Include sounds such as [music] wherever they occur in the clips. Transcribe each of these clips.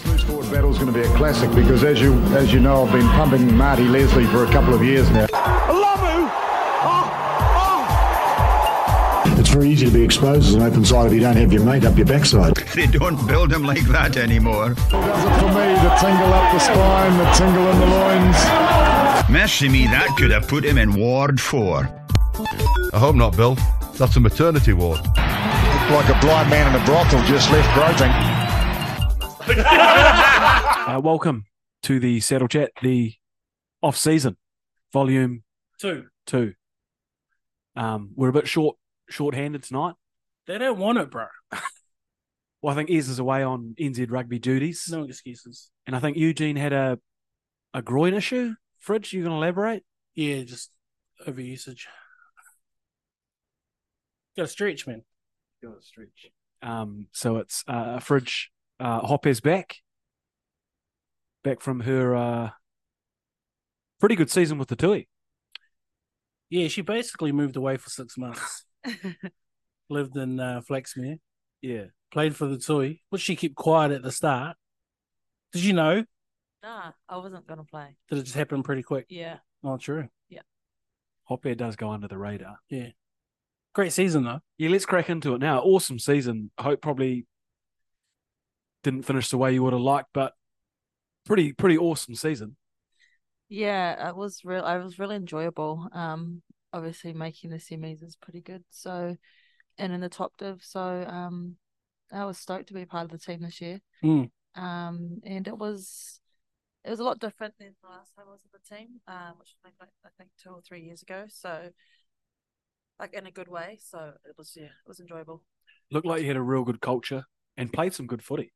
battle is going to be a classic because, as you as you know, I've been pumping Marty Leslie for a couple of years now. Lamu! Oh, oh. It's very easy to be exposed as an open side if you don't have your mate up your backside. They don't build them like that anymore. It does it for me, the tingle up the spine, the tingle in the loins. Mercy me, that could have put him in Ward 4. I hope not, Bill. That's a maternity ward. Looked like a blind man in a brothel just left groping. uh, welcome to the Saddle Chat, the off season, volume two. Two. Um, we're a bit short, short-handed tonight. They don't want it, bro. well, I think Ez is away on NZ rugby duties. No excuses. And I think Eugene had a a groin issue. Fridge, you gonna elaborate? Yeah, just overusage. Got a stretch, man. Got a stretch. Um, so it's uh, Fridge uh, Hop is back, back from her uh, pretty good season with the Tui. Yeah, she basically moved away for six months. Lived in uh, Flaxmere. Yeah. Played for the Tui, which she kept quiet at the start. Did you know? Nah, I wasn't going to play. Did it just happen pretty quick? Yeah. Not true. Yeah. Hop Air does go under the radar. Yeah. Great season, though. Yeah, let's crack into it now. Awesome season. I hope probably didn't finish the way you would have liked, but pretty pretty awesome season. Yeah, it was real. I was really enjoyable. Um, obviously making the semis is pretty good. So, and in the top div, so um, I was stoked to be part of the team this year. Mm. Um, and it was it was a lot different than the last time I was in the team, um, uh, which was like I think two or three years ago. So, like in a good way. So it was yeah, it was enjoyable. Looked like you had a real good culture and played some good footy.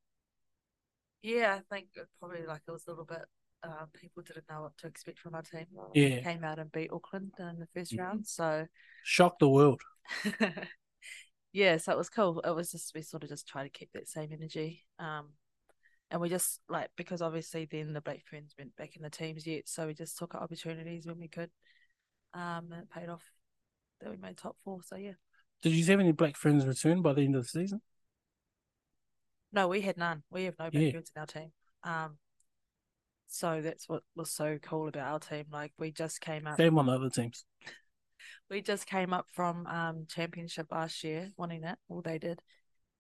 Yeah, I think probably like it was a little bit. Um, people didn't know what to expect from our team. Yeah, came out and beat Auckland in the 1st mm-hmm. round, so [laughs] shocked the world. yeah, so it was cool. It was just we sort of just try to keep that same energy, um, and we just like because obviously then the Black Ferns went back in the teams yet, so we just took opportunities when we could. Um, and it paid off that we made top four. So yeah. Did you have any Black Ferns return by the end of the season? No, we had none. We have no black yeah. in our team. Um, so that's what was so cool about our team. Like we just came up. Same on other teams. we just came up from um championship last year, winning that. All they did.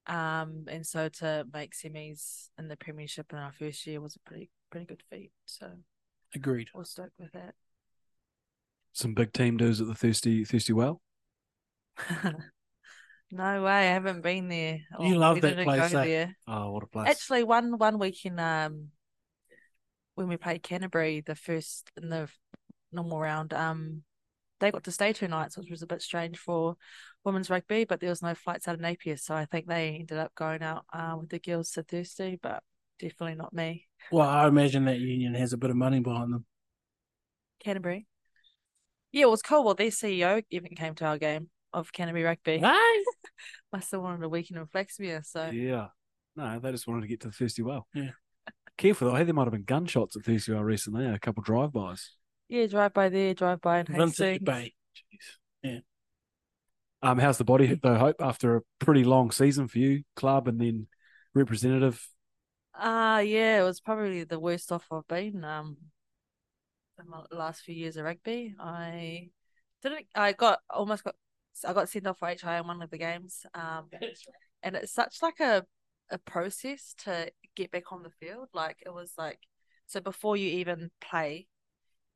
Um, and so to make semis in the premiership in our first year was a pretty pretty good feat. So agreed. We'll stuck with that. [laughs] Some big team dues at the thirsty thirsty well. No way, I haven't been there. Oh, you love that place, eh? there. Oh, what a place! Actually, one one week in um, when we played Canterbury, the first in the normal round, um, they got to stay two nights, which was a bit strange for women's rugby. But there was no flights out of Napier, so I think they ended up going out uh, with the girls to Thursday, but definitely not me. Well, I imagine that union has a bit of money behind them. Canterbury. Yeah, it was cool. Well, their CEO even came to our game of Canterbury Rugby. Nice. I still wanted a weekend in Flaxmere, so yeah. No, they just wanted to get to the Thirsty Well. Yeah. Careful though, hey, there might have been gunshots at Thirsty Well recently. A couple drive bys. Yeah, drive by there, drive by and Vincent Bay. Jeez. Yeah. Um, how's the body though? Hope after a pretty long season for you, club and then representative. Ah, uh, yeah, it was probably the worst off I've been. Um, in my last few years of rugby, I didn't. I got almost got so I got sent off for HI in one of the games. Um, and it's such like a a process to get back on the field. Like it was like so before you even play,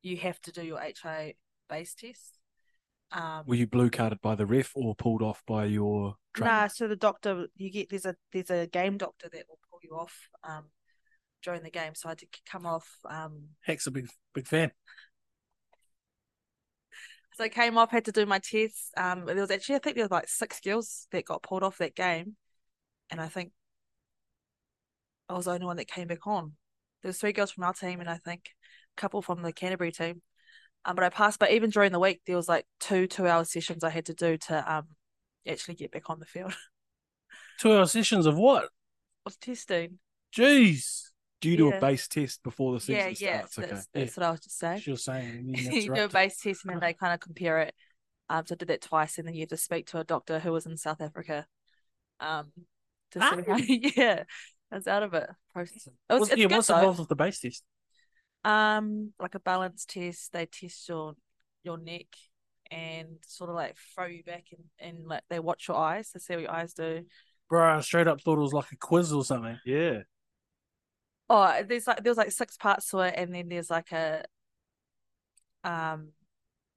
you have to do your HI base test. Um, Were you blue carded by the ref or pulled off by your? Trainer? Nah, so the doctor you get there's a there's a game doctor that will pull you off um, during the game. So I had to come off. Um, Heck's a big big fan. So I came off, had to do my tests. Um, there was actually, I think there was like six skills that got pulled off that game, and I think I was the only one that came back on. There was three girls from our team, and I think a couple from the Canterbury team. Um, but I passed. But even during the week, there was like two two-hour sessions I had to do to um actually get back on the field. [laughs] two-hour sessions of what? Of testing. Jeez do you do yeah. a base test before the season yeah, starts? Yeah, okay. that's, that's yeah. what I was just saying. She was saying [laughs] you do a base test and then they kind of compare it. Um, so I did that twice, and then you have to speak to a doctor who was in South Africa. Um, to ah. see how, [laughs] yeah, I was out of it. Process. It was, What's, it's yeah, good what's though. involved with the base test? Um, like a balance test. They test your your neck and sort of like throw you back and, and like they watch your eyes to see what your eyes do. Bro, I straight up thought it was like a quiz or something. Yeah. Oh, there's like there was like six parts to it, and then there's like a um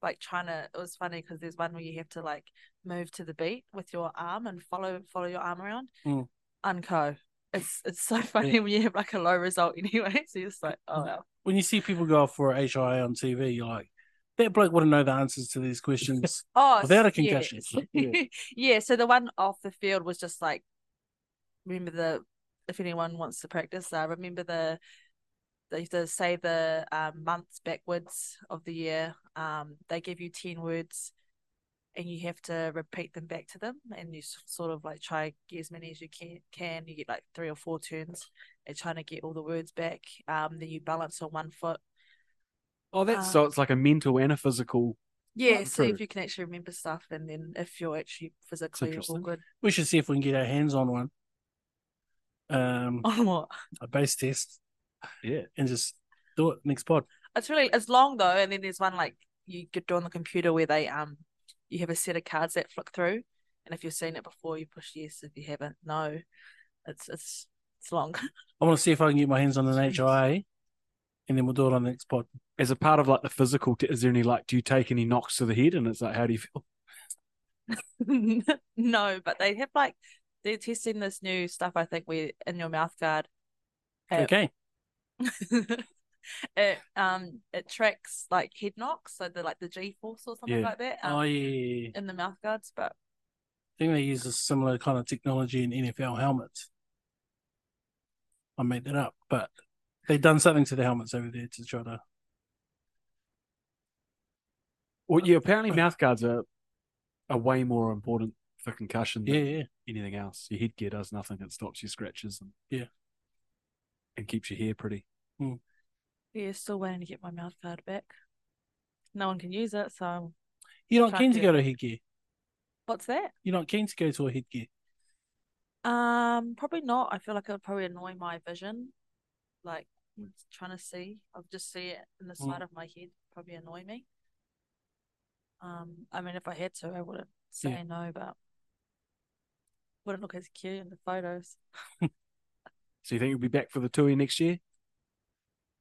like trying to. It was funny because there's one where you have to like move to the beat with your arm and follow follow your arm around. Mm. Unco. It's it's so [laughs] funny when you have like a low result [laughs] anyway. So you're just like, oh well. When you see people go off for a HIA on TV, you're like, that bloke wouldn't know the answers to these [laughs] questions. Oh, Without a s- yeah. concussion. [laughs] Yeah. so the one off the field was just like remember the if anyone wants to practice, uh, remember the they used to say the um, months backwards of the year. Um, they give you ten words, and you have to repeat them back to them, and you s- sort of like try get as many as you can. Can you get like three or four turns and trying to get all the words back? Um, then you balance on one foot. Oh, that's Uh, so it's like a mental and a physical. Yeah, Right, see true. if you can actually remember stuff, and then if you're actually physically all interesting. good. we should see if we can get our hands on one. Um, On what? a base test. Yeah. And just do it next pod. It's really it's long though, and then there's one like you could do on the computer where they um you have a set of cards that flick through, and if you've seen it before, you push yes. If you haven't, no. It's it's it's long. [laughs] I want to see if I can get my hands on an HIA and then we'll do it on the next pod. As a part of like the physical, t- is there any like, do you take any knocks to the head? And it's like, how do you feel? [laughs] no, but they have like they're testing this new stuff. I think where in your mouth guard, Yeah. Okay. [laughs] it um it tracks like head knocks, so the like the G force or something Yeah. like that. Um, Oh, yeah. in the mouth guards, but I think they use a similar kind of technology in NFL helmets. I made that up, but they've done something to the helmets over there to try to. Well, yeah, apparently mouth guards are, are way more important for concussion than Yeah, yeah. anything else. Your headgear does nothing. It stops your scratches and Yeah. and keeps your hair pretty. yeah, still waiting to get my mouth guard back. No one can use it, so You're not Can't keen to do go to headgear. what's that? You're not keen to go to a headgear. Um, probably not. I feel like it would probably annoy my vision. Like it's trying to see, I'll just see it in the Mm. side of my head. Probably annoy me. Um, I mean, if I had to, I wouldn't say no, but wouldn't look as cute in the photos. So you think you'll be back for the TUI next year?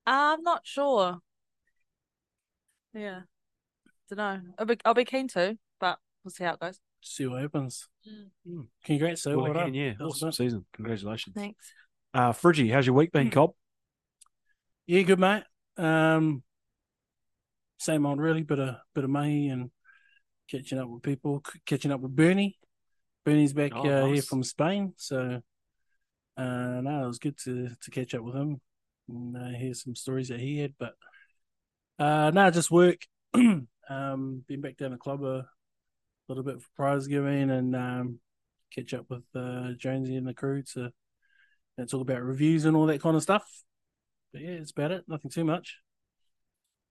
I'm not sure. Yeah, don't know. I'll be I'll be keen to, but we'll see how it goes. See what happens. Mm. Mm. Congrats, sir. Well, Well again, done. yeah, That was awesome it. season. Congratulations. Thanks. Hmm. Uh, Friggy, how's your week been, Cobb? Yeah, good mate. Um, same old, really. Bit of bit of money and catching up with people, c- catching up with Bernie. Bernie's back Oh, uh, here nice. from Spain, so uh, no, it was good to to catch up with him and uh, hear some stories that he had. But uh, no, just work. [clears throat] um, been back down the club a little bit for prize giving and um, catch up with uh, Jonesy and the crew to and talk about reviews and all that kind of stuff. But yeah, it's about it. Nothing too much.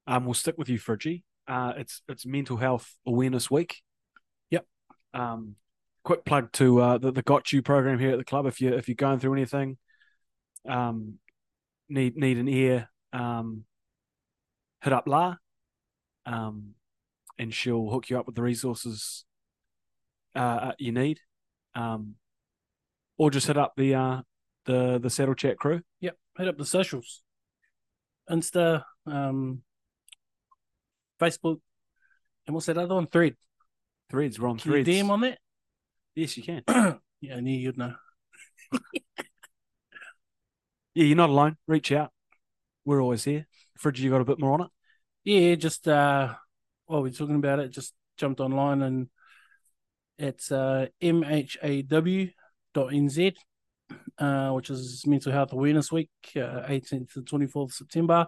Um, we'll stick with you, Friggy. Uh, it's it's Mental Health Awareness Week. Yep. Um, quick plug to uh, the, the Got You program here at the club. If you if you're going through anything, um, need need an ear, um, hit up La, um, and she'll hook you up with the resources uh, uh, you need, um, or just hit up the uh, the the Saddle Chat crew. Yep. Hit up the socials. Insta, um, Facebook, and what's that other one? Thread. Threads, we're on Can threads. you DM on that? [clears throat] yes, you can. yeah, I knew you'd know. Yeah, you're not alone. Reach out. We're always here. Fridge, you got a bit more on it? Yeah, just uh while we're talking about it, just jumped online and it's uh mhaw.nz, uh, which is Mental Health Awareness Week, uh, 18th to 24th September.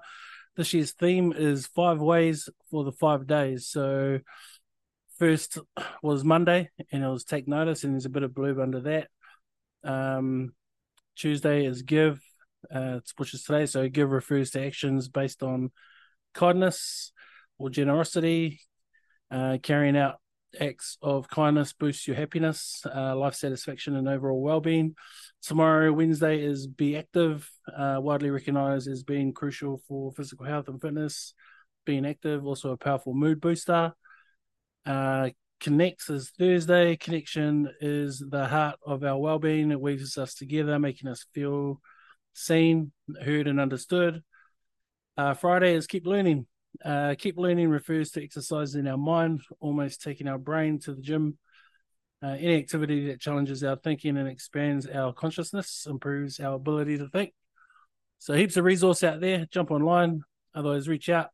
This year's theme is five ways for the five days. So first was Monday and it was take notice and there's a bit of blurb under that. Um Tuesday is give, uh, which is today. So give refers to actions based on kindness or generosity, uh, carrying out acts of kindness boosts your happiness, uh, life satisfaction, and overall well-being. Tomorrow, Wednesday, is Be Active, uh, widely recognized as being crucial for physical health and fitness. Being active, also a powerful mood booster. Uh, Connects is Thursday. Connection is the heart of our well-being. It weaves us together, making us feel seen, heard, and understood. Uh, Friday is keep learning. Uh, keep learning refers to exercising our mind, almost taking our brain to the gym. Uh, any activity that challenges our thinking and expands our consciousness improves our ability to think. So heaps of resource out there. Jump online. Otherwise, reach out.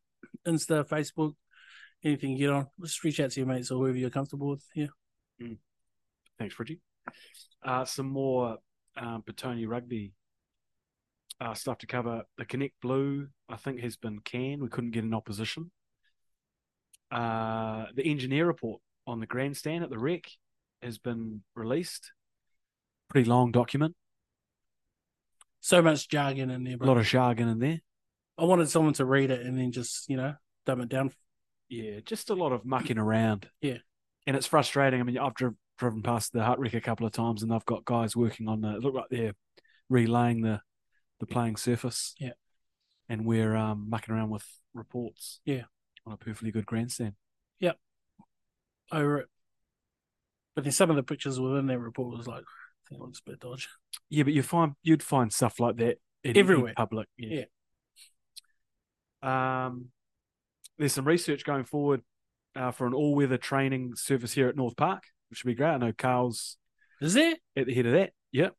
Insta, Facebook, anything you get on. Just reach out to your mates or whoever you're comfortable with. Yeah. Thanks, Richie. Uh, some more um, Petone rugby uh, stuff to cover. The Connect Blue, I think, has been canned. We couldn't get an opposition. Uh, the engineer report on the grandstand at the wreck has been released. Pretty long document. So much jargon in there, A bro. lot of jargon in there. I wanted someone to read it and then just, you know, dumb it down. Yeah, just a lot of mucking around. Yeah. and it's frustrating. I mean, I've driv- driven past the hut wreck a couple of times, and they've got guys working on the it look like they're relaying the the playing surface. Yeah. and we're um, mucking around with reports. Yeah. on a perfectly good grandstand. over it. But then some of the pictures within that report was like, that looks a bit dodgy. Yeah, but you find you'd find stuff like that in, in Everywhere. public. Yeah. Um, there's some research going forward uh, for an all-weather training service here at North Park, which would be great. I know Carl's Is it? at the head of that. yeah.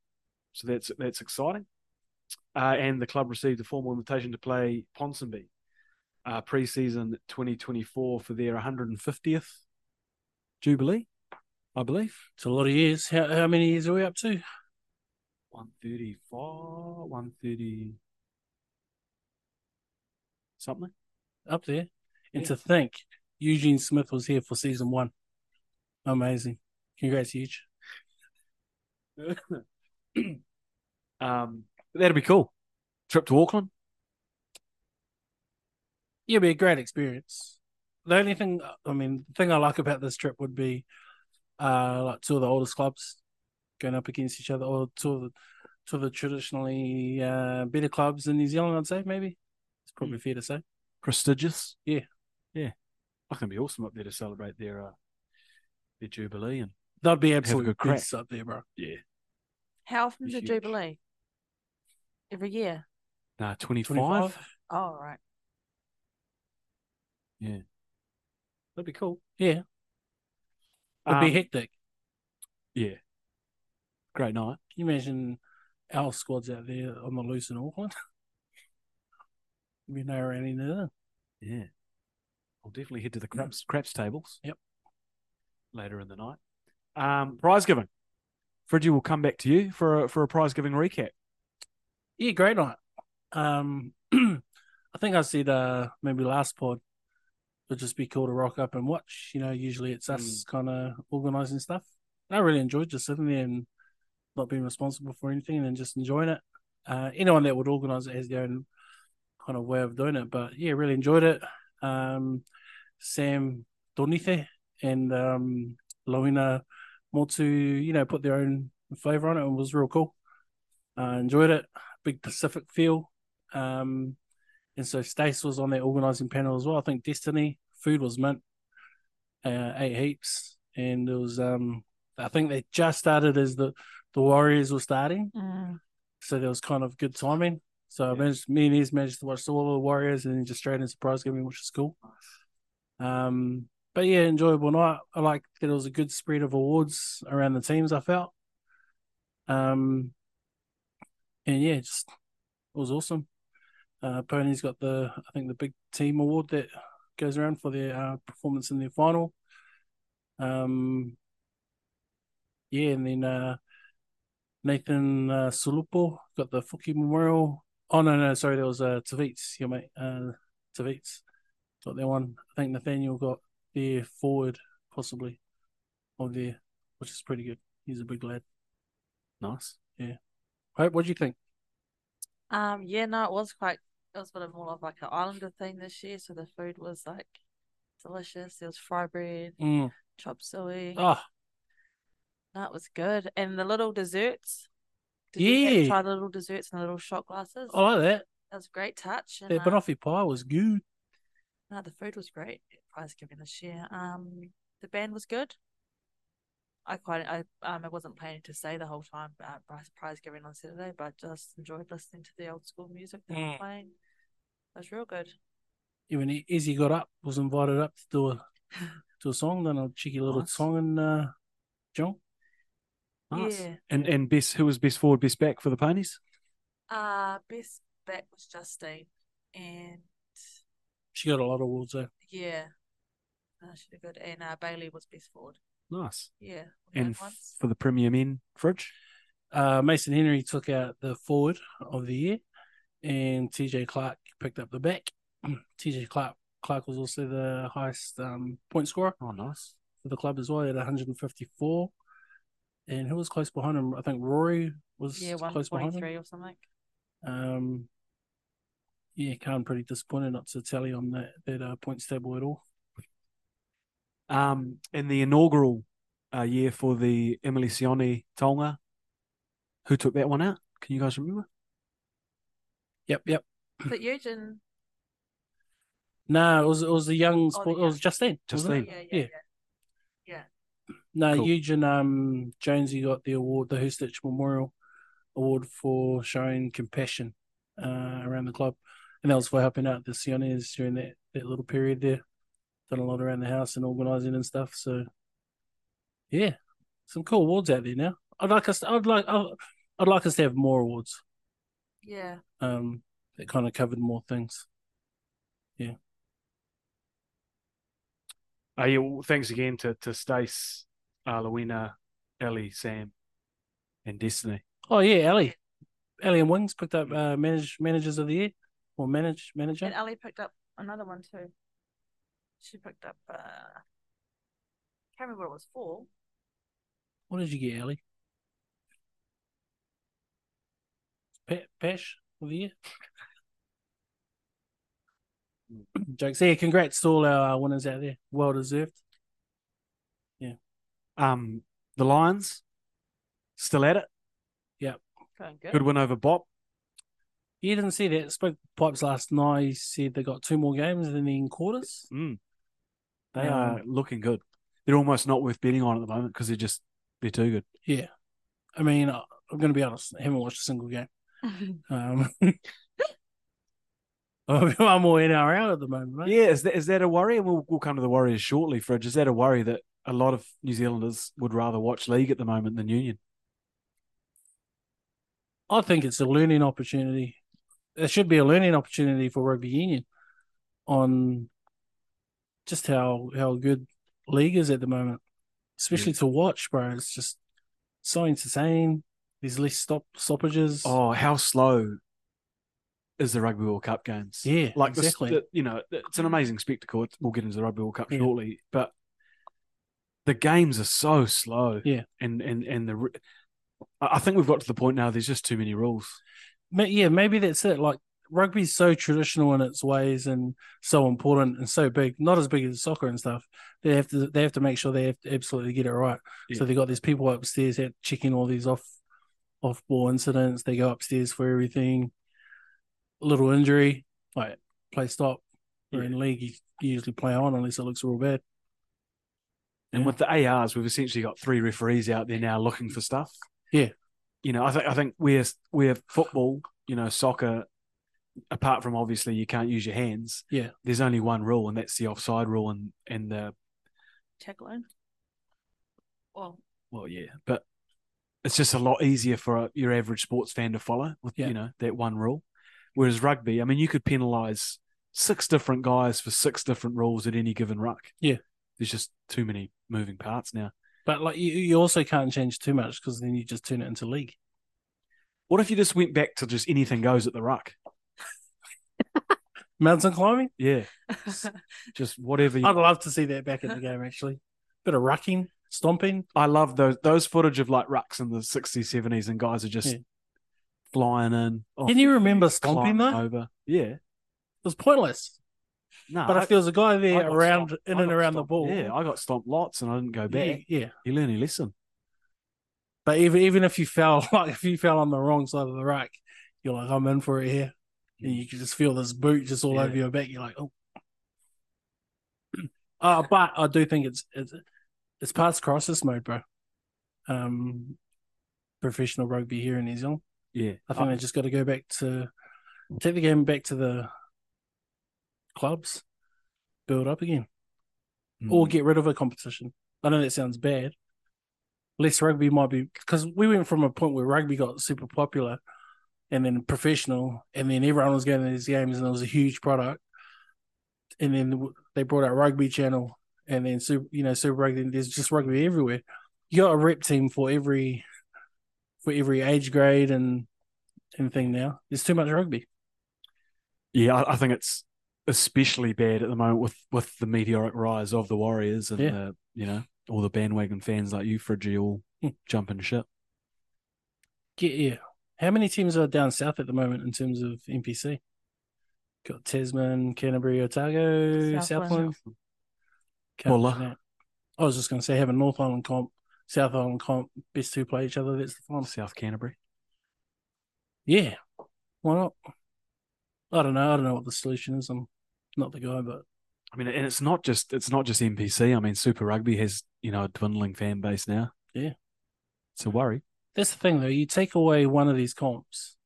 So that's that's exciting. Uh, and the club received a formal invitation to play Ponsonby uh, pre-season 2024 for their 150th jubilee, I believe. It's a lot of years. How, how many years are we up to? 134, 130 something. Up there. And Yeah. to think Eugene Smith was here for season one. Amazing. Congrats, huge. Um, but that'd be cool. Trip to Auckland. Yeah, it'd be a great experience. The only thing, I mean, the thing I like about this trip would be uh, like two of the oldest clubs going up against each other, or two of the, two of the traditionally uh, better clubs in New Zealand, I'd say, maybe. It's probably fair to say. prestigious. Yeah. yeah. I can be awesome up there to celebrate their uh, their jubilee and That'd be a absolute good crack. beasts up there, bro. yeah, How often's Be the huge. Jubilee? Every year. nah, twenty 25? five. Oh, right. That'd be cool. Yeah. It'd be Um, hectic. Yeah, great night. Can you imagine our squads out there on the loose in Auckland? [laughs] we know around in there. Yeah, I'll definitely head to the craps craps tables. Yep. later in the night. Um, prize giving. Fridgie will come back to you for a, for a prize giving recap. Yeah, great night. Um, [clears throat] I think I said uh maybe last pod would just be cool to rock up and watch. You know, usually it's us kind of organizing stuff. And I really enjoyed just sitting there and not being responsible for anything and just enjoying it. Uh, anyone that would organize it has their own kind of way of doing it, but yeah, really enjoyed it. Um, Sam Donite and um, Loina Motu, you know, put their own flavor on it and was real cool. I enjoyed it big Pacific feel. Um, and so Stace was on that organising panel as well. I think Destiny Food was mint, uh, eight heaps, and it was. Um, I think they just started as the the Warriors were starting, Mm. so there was kind of good timing. So I managed, me and Ez managed to watch all of the Warriors and then just straight into surprise giving, which is cool. Um, but yeah, enjoyable night. I like that it was a good spread of awards around the teams. I felt. Um, and yeah, just it was awesome. Uh, Pony's got the I think the big team award that goes around for their uh, performance in their final. Um, yeah, and then uh, Nathan uh, Sulupo got the Fuki Memorial. Oh no, no, sorry, there was uh, Tavits, your mate, uh, Tavits got that one. I think Nathaniel got their forward possibly on there, which is pretty good. He's a big lad. Nice. Hope, what do you think? Um, yeah, no, it was quite, it was a bit of more of like Mm. an islander thing this year. So the food was like delicious. There was fry bread, chop suey. Oh, That was good. And the little desserts. Did You get- Yeah. Oh. try the little desserts and the little shot glasses. I like that. That was a great touch. And, That uh, banoffee pie was good. no, the food was great. Prize giving this year. Um, the band was good. I quite I um I wasn't planning to stay the whole time uh, prize prize giving on Saturday, but I just enjoyed listening to the old school music they were Mm. playing. It was real good. Even E- Izzy got up, was invited up to do a to a song, then a cheeky little Nice. song and uh, John. Nice. Yeah. And and best who was best forward, best back for the ponies? Uh best bet was Justine, and She got a lot of awards there. yeah, uh, she did good. And uh, Bailey was best forward. Nice. Yeah, all And good f- ones. for the Premier Men fridge. Uh, Mason Henry took out the forward of the year, and TJ Clark picked up the back. [clears throat] TJ Clark Clark was also the highest um, point scorer Oh nice. for the club as well at 154. And who was close behind him? I think Rory was yeah, one close behind forty him. three or something. Um, yeah, Khan pretty disappointed not to tally on that that uh, points table at all. Um in the inaugural uh, year for the Emily Sione Tonga. Who took that one out? Can you guys remember? Yep, yep. But Eugene, No, it was it was the young Oh, the sport. it was young- Justine. wasn't it? Justine. yeah, yeah, Yeah. yeah. No, Cool. Eugene um, Jonesy got the award, the Hustich Memorial Award for showing compassion uh, around the club, and that was for helping out the Sionis during that, that little period there. Done a lot around the house and organising and stuff. So, yeah, some cool awards out there now. I'd like us. I'd like. I'd, I'd like us to have more awards. yeah. Um, that kind of covered more things. Uh, yeah, well, thanks again to to Stace, uh, Luina, Ellie, Sam, and Destiny. Oh yeah, Ali, Ali and Wings picked up uh, manage managers of the year or manage manager. And Ali picked up another one too. She picked up uh can't remember what it was for. What did you get, Ali? Pe- Pesh of the year. [clears throat] Jokes. Yeah, congrats to all our uh, winners out there. Well deserved. Um, the Lions still at it. Going good. Good win over Bop. You didn't see that. Spoke to Pipes last night. He said they got two more games and then in quarters. Mm. They Um, are looking good. They're almost not worth betting on at the moment because they're just they're too good. Yeah. I mean, I- I'm going to be honest. I haven't watched a single game. Um, [laughs] I'm all NRL at the moment, mate. Yeah, is that is that a worry? And we'll we'll come to the Warriors shortly, Fridge. Is that a worry that a lot of New Zealanders would rather watch league at the moment than Union? I think it's a learning opportunity. It should be a learning opportunity for rugby union on just how how good league is at the moment, especially to watch, bro. It's just so entertaining. There's less stop stoppages. Oh, how slow is the Rugby World Cup games? yeah, like this, exactly. the- you know, it's an amazing spectacle. It's- We'll get into the Rugby World Cup Yeah. shortly, but the games are so slow. Yeah. and and and the, ru- I I think we've got to the point now. There's just too many rules. Ma- yeah, maybe that's it. Like rugby's so traditional in its ways and so important and so big, not as big as soccer and stuff. They have to they have to make sure they have to absolutely get it right. So Yeah. they got these people upstairs that checking all these off off ball incidents. They go upstairs for everything. little injury, like play stop. Or in league, you you usually play on unless it looks real bad. And Yeah. with the ARs, we've essentially got three referees out there now looking for stuff. Yeah. You know, I think I think we're we're football, you know, soccer. Apart from obviously you can't use your hands. Yeah. There's only one rule, and that's the offside rule, and and the [laughs] Check loan. Well, well, yeah, but it's just a lot easier for a, your average sports fan to follow with Yeah. you know that one rule. Whereas rugby, I mean, you could penalise six different guys for six different rules at any given ruck. Yeah. There's just too many moving parts now. But like you, you also can't change too much because then you just turn it into league. What if you just went back to just anything goes at the ruck? Mountain climbing. Yeah, just whatever. You, I'd love to see that back in the game actually. Bit of rucking, stomping. I love those those footage of like rucks in the 60s, 70s, and guys are just Yeah. flying in. Oh, Can you remember stomping climbing though? It over? Yeah, was pointless. No, But I, if there was a guy I there got around, stomped- in I and got around the stomped. ball, Yeah, I got stomped lots and I didn't go back. you- yeah. You learn your lesson. But even even if you fell, [laughs] like if you fell on the wrong side of the rack, you're like, I'm in for it here. And you can just feel this boot just all Yeah. over your back. You're like, oh. [clears throat] uh, but I do think it's it's it's past crisis mode, bro. Um, professional rugby here in New Zealand. Yeah, I think they just got to go back to take the game back to the clubs, build up again, or get rid of a competition. I know that sounds bad. Less rugby might be because we went from a point where rugby got super popular and then professional, and then everyone was going to these games, and it was a huge product. And then w- they brought out Rugby Channel, and then super, you know, Super Rugby. and There's just rugby everywhere. You got a rep team for every for every age grade and anything now. There's too much rugby. yeah, I, I think it's especially bad at the moment with with the meteoric rise of the Warriors and Yeah. the, you know all the bandwagon fans like you, Friggy, all Hmm. jumping ship. Get yeah. How many teams are down south at the moment in terms of NPC? Got Tasman, Canterbury, Otago, Southland. Southland. Can't Mulla. do that. I was just going to say, have a North Island comp, South Island comp, best two play each other. That's the final. South Canterbury. Yeah. Why not? I don't know. I don't know what the solution is. I'm not the guy, but I mean, and it's not just it's not just NPC. I mean, Super Rugby has you know a dwindling fan base now. Yeah. it's a worry. that's the thing, though. You take away one of these comps,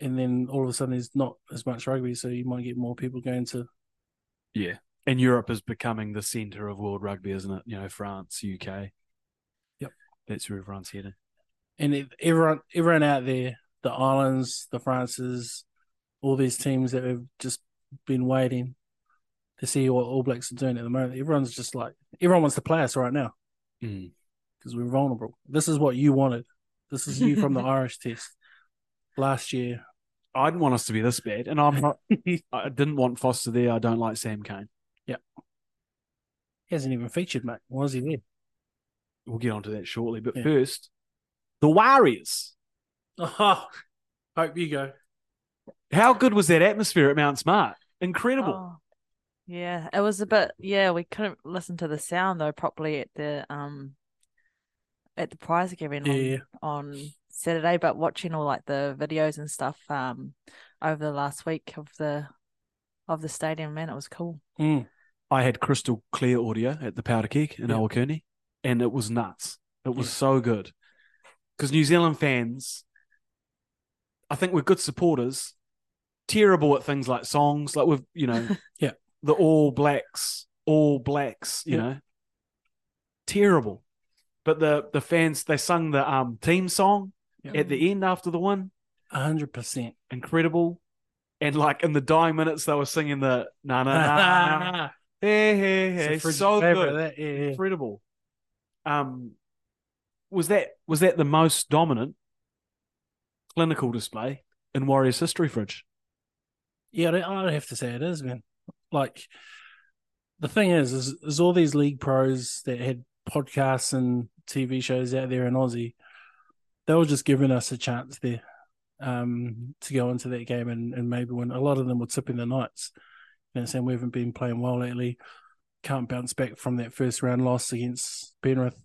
and then all of a sudden, there's not as much rugby, so you might get more people going to And Europe is becoming the centre of world rugby, isn't it? You know, France, UK. Yep. that's where everyone's heading. and if everyone everyone out there, the islands, the Frances, all these teams that have just been waiting to see what All Blacks are doing at the moment. Everyone's just like everyone wants to play us right now Mm. because we're vulnerable. This is what you wanted. This is you [laughs] from the Irish Test last year. I didn't want us to be this bad, and [laughs] I'm not. I didn't want Foster there. I don't like Sam Kane. He hasn't even featured, mate. Why is he there? We'll get onto that shortly, but Yeah. first, the Warriors. Oh, hope you go. How good was that atmosphere at Mount Smart? Incredible. Oh. Yeah, it was a bit. Yeah, we couldn't listen to the sound though properly at the um at the prize giving on, Yeah. on Saturday. But watching all like the videos and stuff um over the last week of the of the stadium, man, it was cool. Mm. I had crystal clear audio at the Powder Keg in Yeah. Awakuni, and it was nuts. It was Yeah. so good because New Zealand fans, I think we're good supporters, terrible at things like songs, like we've you know, [laughs] Yeah. the All Blacks, All Blacks, you Yeah. know, terrible. But the the fans they sung the um team song Yeah. at the end after the win, [laughs] hundred percent. incredible. And like in the dying minutes, they were singing the na na na na. na. It's Hey, hey, a hey! fridge So favourite, good that. Yeah, yeah. incredible. Um, was that was that the most dominant clinical display in Warriors history? Fridge. Yeah, I'd- I'd have to say it is, man. Like the thing is, is, is all these league pros that had podcasts and TV shows out there in Aussie, they were just giving us a chance there um, to go into that game and, and maybe win. A lot of them were tipping the Knights, you know, saying we haven't been playing well lately, can't bounce back from that first round loss against Penrith.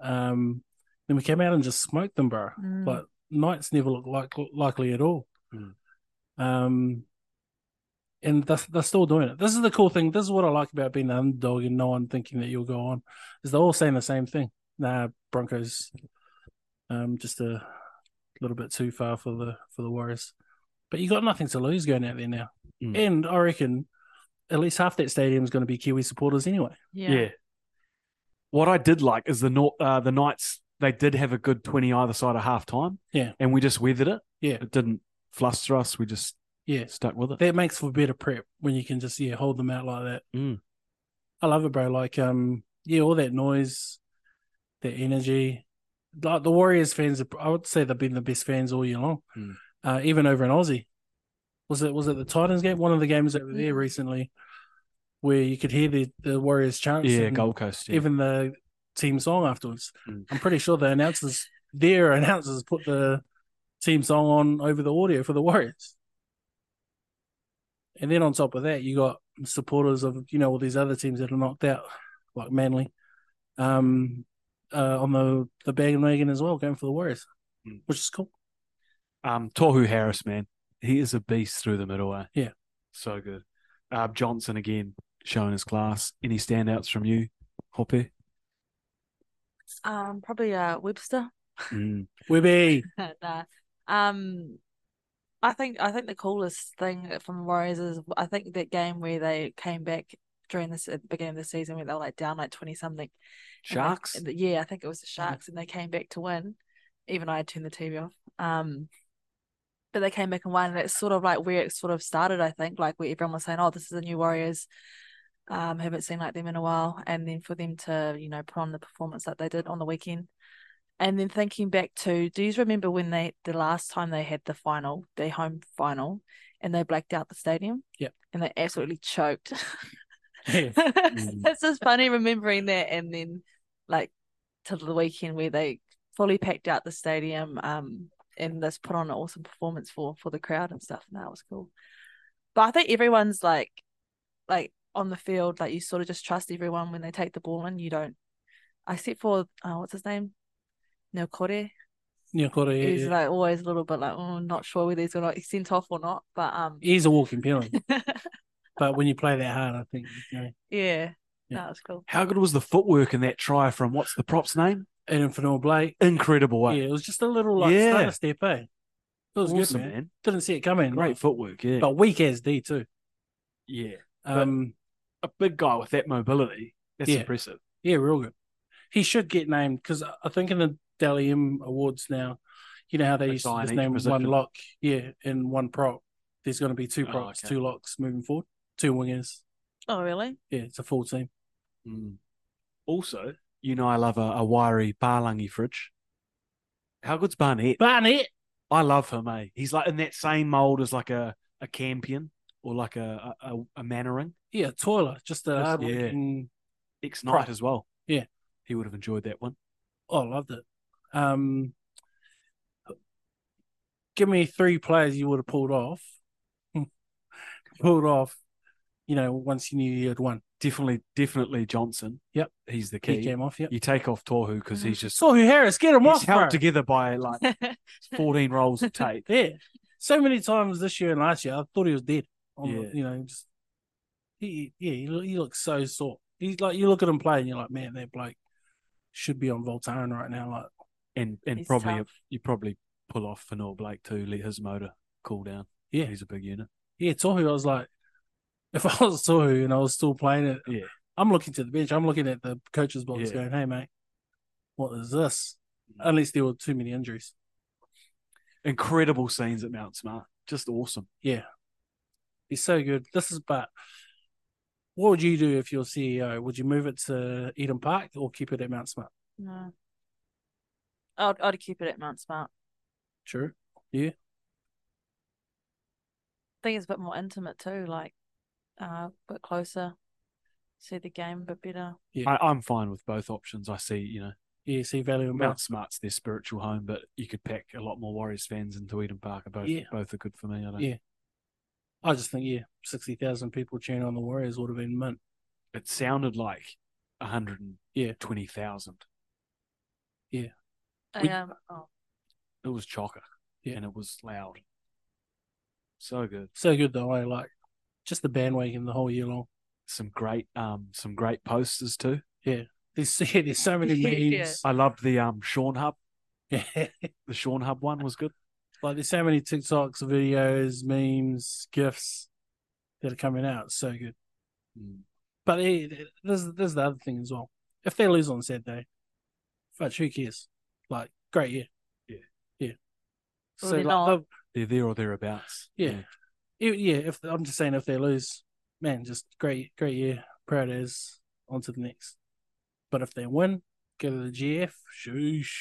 Um, then we came out and just smoked them, bro. Mm. But Knights never look like likely at all. Mm. Um, and they're, they're still doing it. This is the cool thing. This is what I like about being an underdog and no one thinking that you'll go on. Is they're all saying the same thing. Nah, Broncos, um, just a little bit too far for the for the Warriors. But you got nothing to lose going out there now, Mm. and I reckon at least half that stadium is going to be Kiwi supporters anyway. Yeah. What I did like is the Nor- uh, the Knights. They did have a good twenty either side of half time. Yeah. and we just weathered it. Yeah. it didn't fluster us. We just Yeah, stuck with it. that makes for better prep when you can just yeah hold them out like that. Mm. I love it, bro. Like um yeah, all that noise, that energy. Like the Warriors fans, are, I would say they've been the best fans all year long, Mm. uh, even over in Aussie. Was it was it the Titans game? One of the games over there Mm. recently, where you could hear the, the Warriors chants. Yeah, and Gold Coast. Yeah. even the team song afterwards. Mm. I'm pretty sure the announcers, their announcers, put the team song on over the audio for the Warriors. And then on top of that, you got supporters of you know all these other teams that are knocked out, like Manly, um, uh, on the the bandwagon as well, going for the Warriors, Mm. which is cool. Um, Tohu Harris, man, he is a beast through the middle. Eh? Yeah. so good. Uh, Johnson again showing his class. Any standouts from you, Hoppe? Um, probably uh Webster. [laughs] Mm. Webby, nah. Um, I think I think the coolest thing from the Warriors is I think that game where they came back during this at the beginning of the season where they were like down like twenty something. and they- Sharks. and the- yeah, I think it was the Sharks, and they came back to win. Even I had turned the TV off. Um, but they came back and won, and it's sort of like where it sort of started. I think like where everyone was saying, "Oh, this is the new Warriors." Um, haven't seen like them in a while, and then for them to you know put on the performance that they did on the weekend, and then thinking back to, do you remember when they the last time they had the final, their home final, and they blacked out the stadium? Yep. and they absolutely choked. [laughs] Yeah. Mm. it's just funny remembering that and then like to the weekend where they fully packed out the stadium um and just put on an awesome performance for for the crowd and stuff and that was cool but i think everyone's like like on the field like you sort of just trust everyone when they take the ball in you don't except for uh, what's his name Neil Kore yeah, got it, yeah, he's yeah. like always a little bit like oh not sure whether he's gonna get sent off or not but um [laughs] he's a walking penalty. but when you play that hard, I think you know, yeah that was cool How good was the footwork in that try from what's the prop's name? an infinite Blake. Incredible. eh? Yeah, it was just a little like Yeah. starter step, eh? It was awesome, good, man. man. Didn't see it coming. Great footwork. Yeah, but weak as D too. yeah. Um, A big guy with that mobility. That's Yeah. impressive. yeah, real good. He should get named because I think in the Dally M Awards now, you know how they A used guy to in just each name one position. lock, yeah, and one prop. There's going to be two Oh, props, okay. two locks moving forward, two wingers. oh really [laughs] Yeah, it's a full team. Mm. Also, you know I love a, a wiry Barlangi fridge. How good's Barnett? Barnett, I love him, eh? He's like in that same mold as like a a Campion or like a a, a, a Mannering. yeah, Toiler, just a Just- hard yeah. working. Ex Knight Right. as well. Yeah. he would have enjoyed that one. Oh, loved it. Um, give me three players you would have pulled off, [laughs] pulled off. You know, once you knew you had won, Definitely, definitely Johnson. Yep. he's the key. he came off. Yeah, You take off Torhu because he's just Sawhu Harris, get him he's off, bro. held together by [laughs] like fourteen rolls of tape. Yeah. So many times this year and last year, I thought he was dead. On Yeah. the, you know, just he, yeah, he, lo- he looks so sore. He's like, you look at him play and you're like, man, that bloke should be on Voltaren right now. Like, and and He's probably tough. you probably pull off Fanor Blake too. Let his motor cool down. Yeah. he's a big unit. yeah, Tohu, I was like, if I was Tohu and I was still playing it, Yeah. I'm looking to the bench. I'm looking at the coach's box Yeah. Mm. going, hey, mate, what is this? Unless there were too many injuries. Incredible scenes at Mount Smart. Just awesome. He's so good. This is, but what would you do if you're CEO? Would you move it to Eden Park or keep it at Mount Smart? No. I'd I'd keep it at Mount Smart. True. I think it's a bit more intimate too, like uh a bit closer. See the game a bit better. Yeah. I, I'm fine with both options. I see, you know, Yeah, see value in Mount Mount. Smart's their spiritual home, but you could pack a lot more Warriors fans into Eden Park. And both Yeah. both are good for me. I don't. Yeah. I just think, yeah, 60,000 people cheering on the Warriors would have been mint. It sounded like a hundred Yeah. and twenty thousand. I, We- um, oh, It was chocker, Yeah. and it was loud. So good. So good, though. I like just the bandwagon the whole year long. Some great um some great posters too. There's, [laughs] yeah, there's so many Yeah. memes. I loved the um Sean Hub. [laughs] Yeah. The Sean Hub one was good. like, there's so many TikToks, videos, memes, GIFs that are coming out. It's So good. Mm. But eh, there's, there's the other thing as well. If they lose on Saturday, fudge, who cares? Like, great year. Yeah. Yeah. so, Well, they're like, not. they'll- They're there or thereabouts. Yeah. Yeah, yeah, if I'm just saying if they lose, man, just great, great year. Proud as on to the next. But if they win, go to the GF. Shoosh.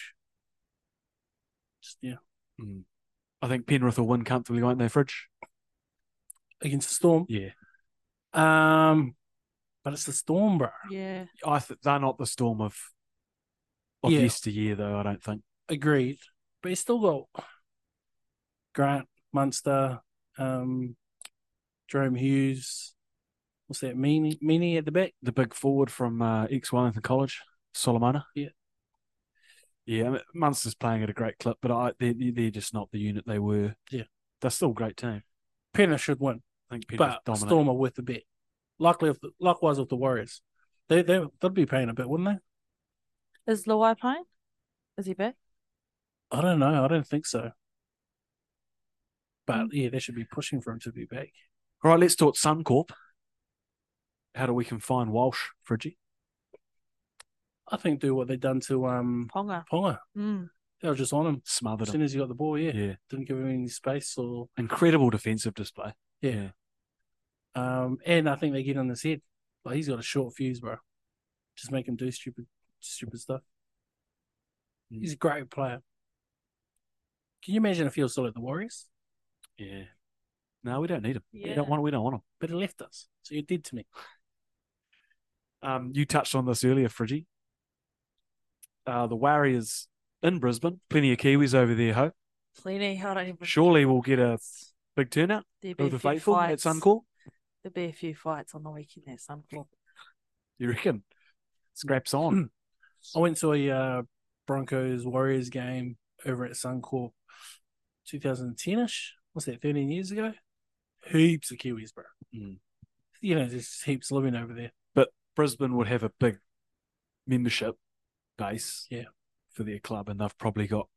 Just yeah, I think Penrith will win comfortably, won't they, Fridge? against the Storm. Yeah. Um, but it's the Storm, bro. yeah. I th- they're not the storm of of Yeah. yesteryear, though. I don't think. Agreed. But it's still got Grant, Munster, um, Jerome Hughes. What's that? Meany, Meany at the back. the big forward from uh, ex Wellington College, Solomona. Yeah. Yeah, I mean, Munster's playing at a great clip, but I, they're, they're just not the unit they were. Yeah. They're still a great team. Penner should win, I think Peter's but dominating. Storm are worth a bet. Likely, if the, likewise with the Warriors, they they they'd be paying a bit, wouldn't they? Is Lawai playing? Is he back? I don't know. I don't think so. But yeah, they should be pushing for him to be back. All right, let's talk Suncorp. How do we confine Walsh, Fridgie? I think do what they done to um Ponga. Ponga. Mm. They were just on him Smothered as him. soon as he got the ball. Yeah, Yeah. didn't give him any space or Incredible defensive display. yeah. Um, and I think they get on his head. Like he's got a short fuse, bro. Just make him do stupid, stupid stuff. He's a great player. Can you imagine if he was still at the Warriors? Yeah. No, we don't need him. We Yeah. don't want. We don't want him. But he left us, so you're dead to me. Um, you touched on this earlier, Fridgie. Uh, the Warriors in Brisbane, plenty of Kiwis over there. Ho, Mm-hmm. Plenty. I don't even. surely we'll get a big turnout There'd be of a the few faithful fights. at Suncorp. There'd be a few fights on the weekend at Suncorp. You reckon? Scraps Hmm. on. I went to a uh, Broncos Warriors game over at Suncorp, 2010ish. What's that? 13 years ago. Heaps of Kiwis, bro. Mm. You know, just heaps living over there. Brisbane would have a big membership base. Yeah. For their club, and they've probably got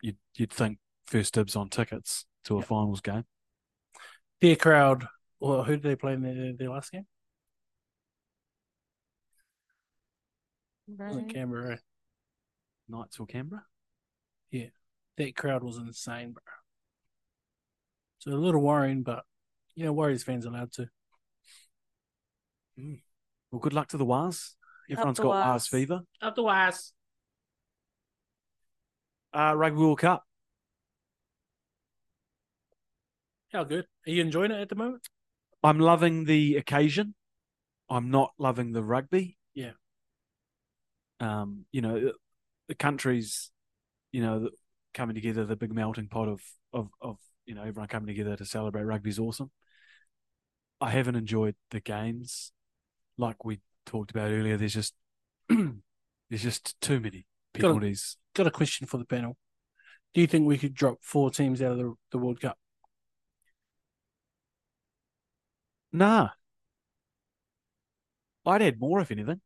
you'd you'd think first dibs on tickets to a finals game. Their crowd. Well, who did they play in their, their last game? It was Right. Canberra. eh? Knights or Canberra. that crowd was insane, bro. So a little worrying, but you know, Warriors fans are allowed to. Well, good luck to the Waz. Everyone's the got Waz. Waz fever. Up the wires. Uh, Rugby World Cup. How good? Are you enjoying it at the moment? I'm loving the occasion. I'm not loving the rugby. Yeah. Um, you know, the- the countries, you know, the- coming together, the big melting pot of of of you know everyone coming together to celebrate rugby is awesome. I haven't enjoyed the games, like we talked about earlier. There's just [clears throat] there's just too many Got 'em. penalties. Got a question for the panel. Do you think we could drop four teams out of the, the World Cup? Nah, I'd add more if anything.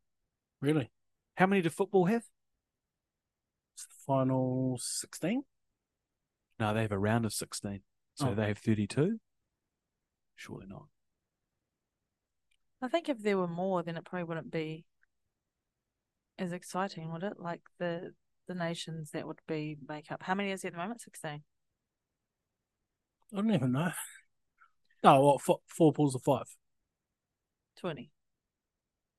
Really? How many did football have? It's the final sixteen. No, they have a round of 16. So Oh. they have 32? Surely not. I think if there were more, then it probably wouldn't be as exciting, would it? Like the the nations that would be make up. How many is there at the moment? Sixteen. I don't even know. [laughs] No, what four, four pools of five? Twenty.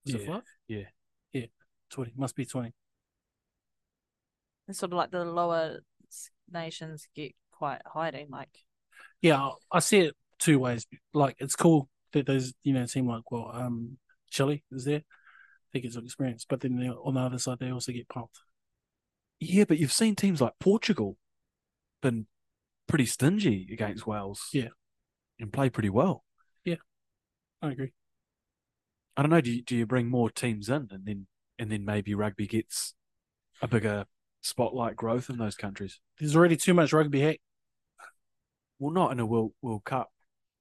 Is it Yeah, five? yeah. yeah, twenty. Must be twenty. It's sort of like the lower s- nations get quite hiding. Like Yeah, I see it two ways. Like it's cool that those you know seem like well, um, Chile is there. I think it's an experience, but then they, on the other side they also get pumped. Yeah, but you've seen teams like Portugal been pretty stingy against Wales. Yeah. And play pretty well. I agree. I don't know, do you, do you bring more teams in and then and then maybe rugby gets a bigger spotlight growth in those countries? There's already too much rugby hack. Well, not in a World World Cup.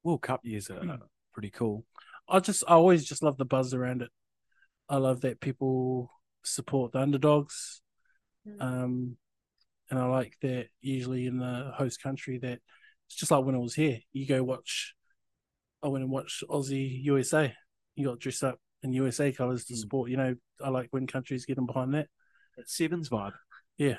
World Cup years are are pretty cool. I just I always just love the buzz around it. I love that people support the underdogs. Mm. Um and I like that usually in the host country that it's just like when I was here. You go watch I went and watched Aussie USA. You got dressed up in USA colours to Mm. support. You know, I like when countries get in behind that. It's Sevens vibe. And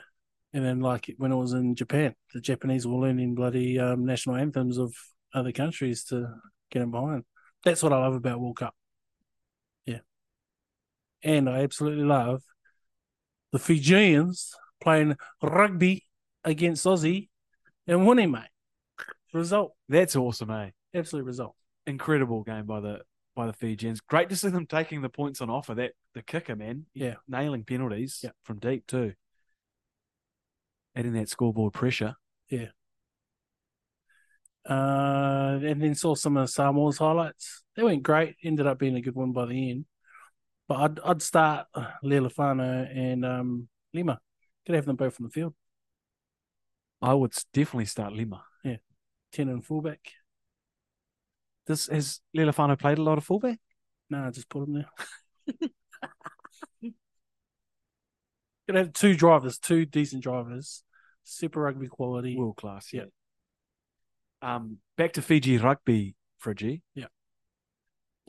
then like when I was in Japan, the Japanese were learning bloody um, national anthems of other countries to get them behind. That's what I love about World Cup. Yeah. And I absolutely love the Fijians playing rugby against Aussie and winning, mate. Result. That's awesome, eh? Absolute result. incredible game by the by the Fijians. Great to see them taking the points on offer. That the kicker, man, Yeah. nailing penalties Yeah. from deep too, adding that scoreboard pressure. Yeah. Uh, and then saw some of Samoa's highlights. They went great. Ended up being a good one by the end. But I'd I'd start Lelafano and um, Lima. Could have them both on the field. I would s- definitely start Lima. Ten and fullback. This has Lelafano played a lot of fullback. Nah, just put them there. Gonna have two drivers, two decent drivers, super rugby quality. World class, yeah. Yep. Um, back to Fiji rugby, Frigi. Yep.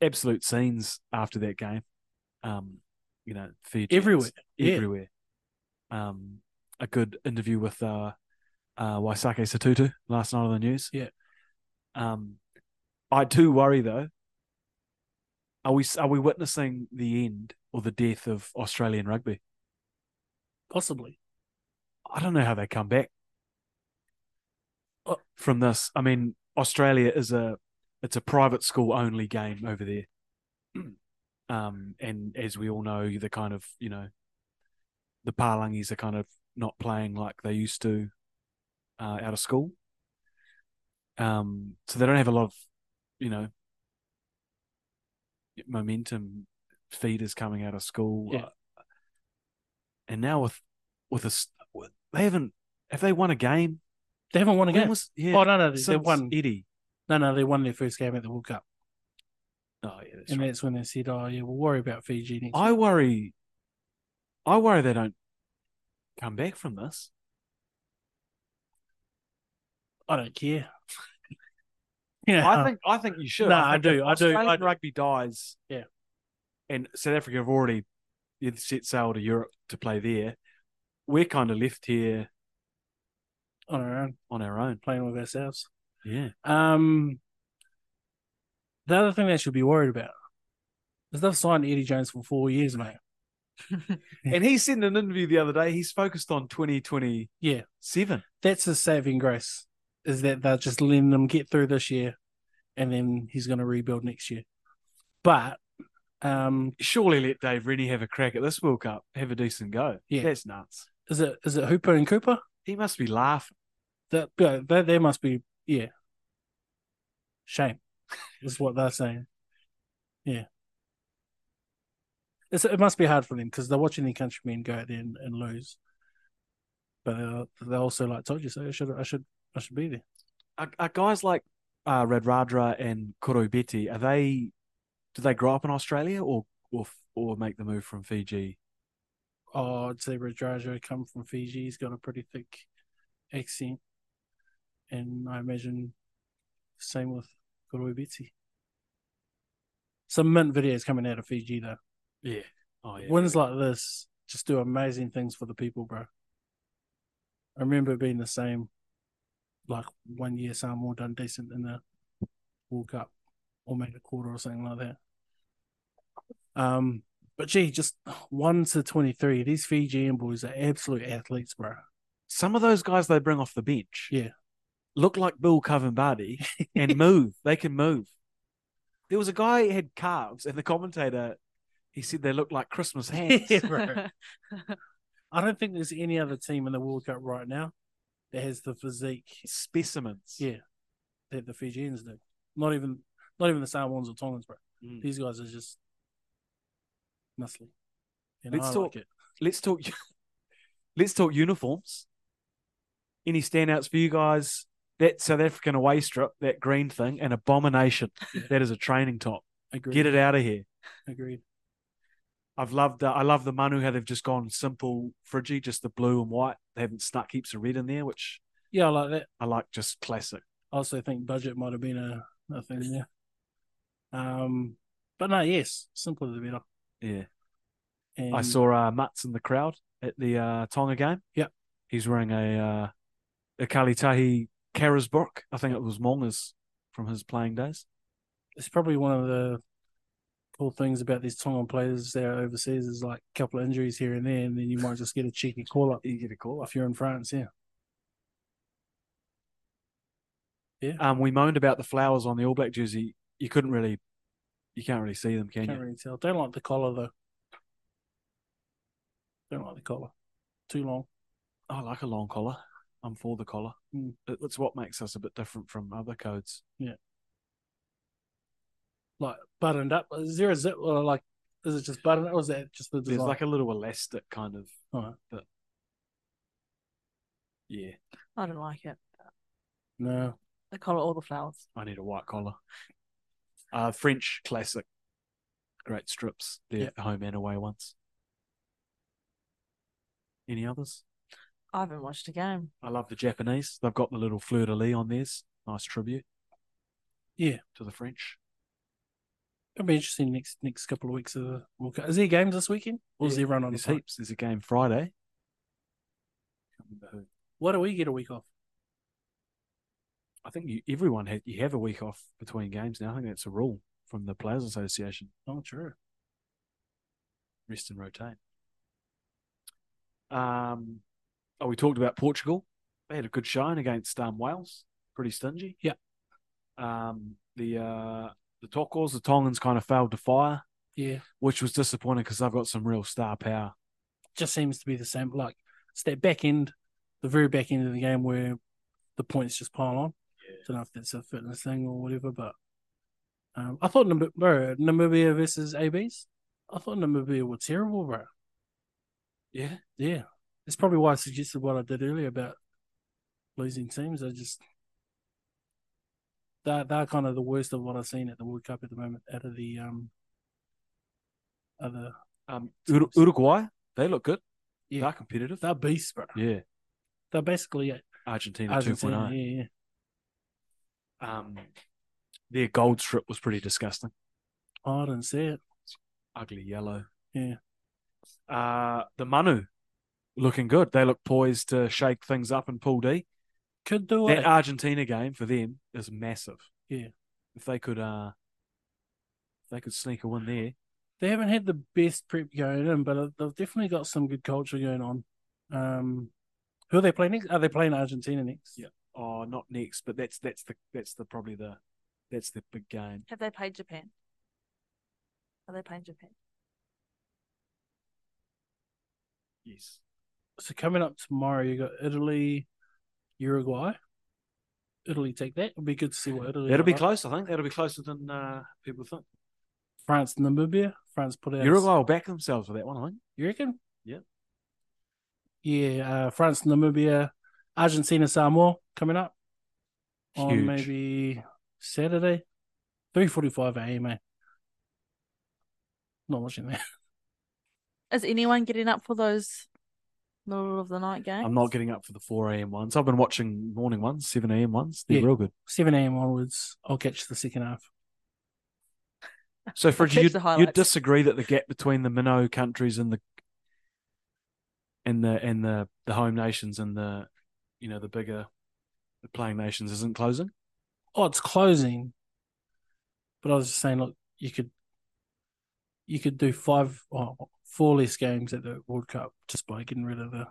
Absolute scenes after that game. Um, you know, Fiji Everywhere. Yeah. everywhere. Um, a good interview with uh, uh, Waisake Satutu last night on the news. Yeah. Um, I do worry though. Are we are we witnessing the end or the death of Australian rugby? Possibly. I don't know how they come back Uh, from this. I mean, Australia is a it's a private school only game over [clears throat] there. Um, and as we all know, the kind of you know, the Palangis are kind of not playing like they used to uh, out of school. Um, so they don't have a lot of you know momentum feeders coming out of school. Uh, Yeah. And now with with a s- they haven't have they won a game? They haven't won a When game. was- yeah, Oh no, no, they, they since won. Eddie. No, no, they won their first game at the World Cup, Oh yeah, that's and right. that's when they said, "Oh yeah, we'll worry about Fiji next." I worry. I worry they don't come back from [laughs] this. I don't care. [laughs] yeah, I think. I think you should. No, I think do, if I do, I Australian do. rugby dies. Yeah. And South Africa have already they've set sail to Europe to play there. We're kind of left here on our own, on our own. playing with ourselves. Yeah. Um, the other thing they should be worried about is they've signed Eddie Jones for four years, mate. And he said in an interview the other day he's focused on twenty twenty Yeah. seven. That's his saving grace, is that they're just letting them get through this year, and then he's going to rebuild next year. But, um, Surely let Dave Rennie have a crack at this World Cup. Have a decent go. Yeah. That's nuts. is it is it Hooper and Cooper? He must be laughing. That yeah, they, they must be yeah. Shame, is what they're saying. Yeah, it's, it must be hard for them because they're watching their countrymen go out there and, and lose. But they're, they're also like, told you so. I should, I should, I should be there. are, are guys like uh, Radradra and Korobeti, are they do they grow up in Australia or or or make the move from Fiji? Oh, I'd say Radraja come from Fiji. He's got a pretty thick accent, and I imagine same with Koroi Betsy. Some mint videos coming out of Fiji though. Yeah. Oh yeah. wins like this just do amazing things for the people, bro. I remember it being the same. Like one year, Samoa done decent in the World Cup or made a quarter or something like that. Um, but gee, just one to twenty-three. These Fijian boys are absolute athletes, bro. Some of those guys they bring off the bench. Yeah. Look like Bill [laughs] Covambadi and move. They can move. There was a guy who had calves, and the commentator he said they looked like [laughs] Christmas hands. Yeah, bro. I don't think there's any other team in the World Cup right now that has the physique Specimens. Yeah. that the Fijians do. Not even, not even the Samoans or Tongans, bro. Mm. These guys are just muscly. And Let's I talk- like it. Let's talk. [laughs] Let's talk uniforms. Any standouts for you guys? That South African away strip, that green thing, an abomination. That is a training top. Agreed. Get it out of here. Agreed. I've loved. Uh, I love the Manu how they've just gone simple, fridgy, just the blue and white. They haven't snuck heaps of red in there, which Yeah, I like that. I like. Just classic. I also think budget might have been a, a thing there. Um, but no, yes, simpler the better. Yeah. And I saw uh, Mats in the crowd at the uh, Tonga game. Yep. He's wearing a uh, a Kalitahi Karasbrook. I think it was Monga's from his playing days. it's probably one of the cool things about these Tongan players that are overseas is like a couple of injuries here and there, and then you might just get a cheeky call up You get a call if you're in France. Yeah, Um, we moaned about the flowers on the All Black jersey. You couldn't really, you can't really see them, can can't you? really tell. Don't like the collar though. Don't like the collar. Too long. I like a long collar. I'm for the collar. Mm. It- It's what makes us a bit different from other codes. like buttoned up. Is there a zip or like is it just buttoned up or is that just the There's design? like a little elastic kind of, Alright. but yeah, [laughs] I don't like it. no. They colour all the flowers. I need a white collar. Uh, French classic, great strips. They're home and away ones. Any others? I haven't watched a game. I love the Japanese. They've got the little fleur de lis on theirs. Nice tribute. Yeah. to the French. It'll be interesting next next couple of weeks of the World Cup. Is there games this weekend? Or is Yeah, everyone on the There's heat? heaps. There's a game Friday. Can't remember who. Why do we get a week off? I think you, everyone had, you have a week off between games now. I think that's a rule from the Players Association. Oh true. Rest and rotate. Um, oh, we talked about Portugal. They had a good shine against um, Wales. Pretty stingy. Yeah. Um, the uh, the Tokos, the Tongans, kind of failed to fire, Yeah. which was disappointing because they've got some real star power. Just seems to be the same. Like it's that back end, the very back end of the game where the points just pile on. Don't know if that's a fitness thing or whatever, but um, I thought Namib- bro, Namibia versus ABs. I thought Namibia were terrible, bro. Yeah. Yeah, that's probably why I suggested what I did earlier about losing teams. I just they're, they're kind of the worst of what I've seen at the World Cup at the moment. Out of the um other, Um, Ur- Uruguay, they look good. Yeah. They're competitive. they're beasts, bro. Yeah. They're basically it. Argentina, oh. Argentina. 2.0. Yeah, yeah. Um, their gold strip was pretty disgusting. I didn't see it. Ugly yellow. Yeah. Uh, the Manu looking good. They look poised to shake things up in Pool D. Could do it. That Argentina game for them is massive. Yeah. If they could, uh, if they could sneak a win there. they haven't had the best prep going in, but uh, they've definitely got some good culture going on. Um, who are they playing next? Are they playing Argentina next? Yeah. Oh, not next, but that's that's the that's the probably the that's the big game. Have they played Japan? Are they playing Japan? Yes. So coming up tomorrow, you got Italy, Uruguay. Italy take that. It'll be good to see what Italy. That'll be are. close. I think that'll be closer than uh, people think. France, Namibia. France put out. Uruguay will back themselves for that one. I think. You reckon? Yeah. Yeah. Uh, France, Namibia, Argentina, Samoa coming up on Huge. Oh, maybe Saturday, three forty-five a.m. eh? Not watching that. [laughs] Is anyone getting up for those middle of the night games? I'm not getting up for the 4 a.m. ones. I've been watching morning ones, 7 a.m. ones. They're Yeah. real good. Seven a.m. onwards, I'll catch the second half. So, Fridge, catch you the you highlights. disagree that the gap between the minnow countries and the and the and the the home nations and the you know the bigger the playing nations isn't closing. oh, it's closing. But I was just saying, look, you could you could do five or four less games at the World Cup just by getting rid of the.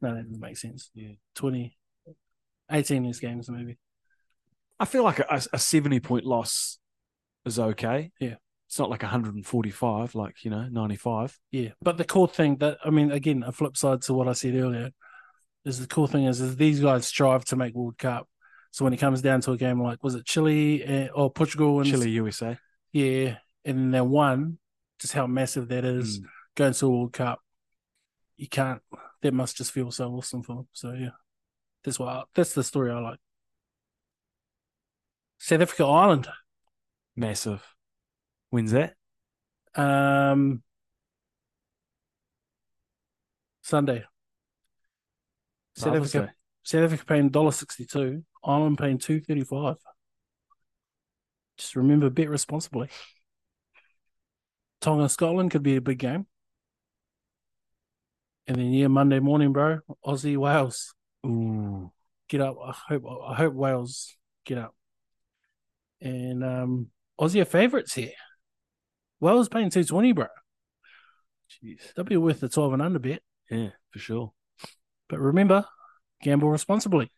No, that doesn't make sense. Yeah. 20, 18 less games maybe. I feel like a, a 70 point loss is okay. Yeah. it's not like 145, like you know 95. Yeah, but the cool thing that I mean, again, a flip side to what I said earlier is the cool thing is is these guys strive to make World Cup. So when it comes down to a game like was it Chile eh, or Portugal and Chile, USA. yeah, and then they won, just how massive that is. Mm. going to a World Cup, you can't. That must just feel so awesome for them. So yeah, that's why I, that's the story I like. South Africa Ireland. Massive. When's that? Um, Sunday. South Father's Africa. Day. South Africa paying dollar sixty two. Ireland paying two thirty five. Just remember, bet responsibly. Tonga Scotland could be a big game. And then yeah, Monday morning, bro. Aussie Wales Ooh. get up. I hope I hope Wales get up. And um Aussie are favourites here. Wales paying two twenty, bro. Jeez. That'd be worth the twelve and under bet. Yeah, for sure. But remember, gamble responsibly.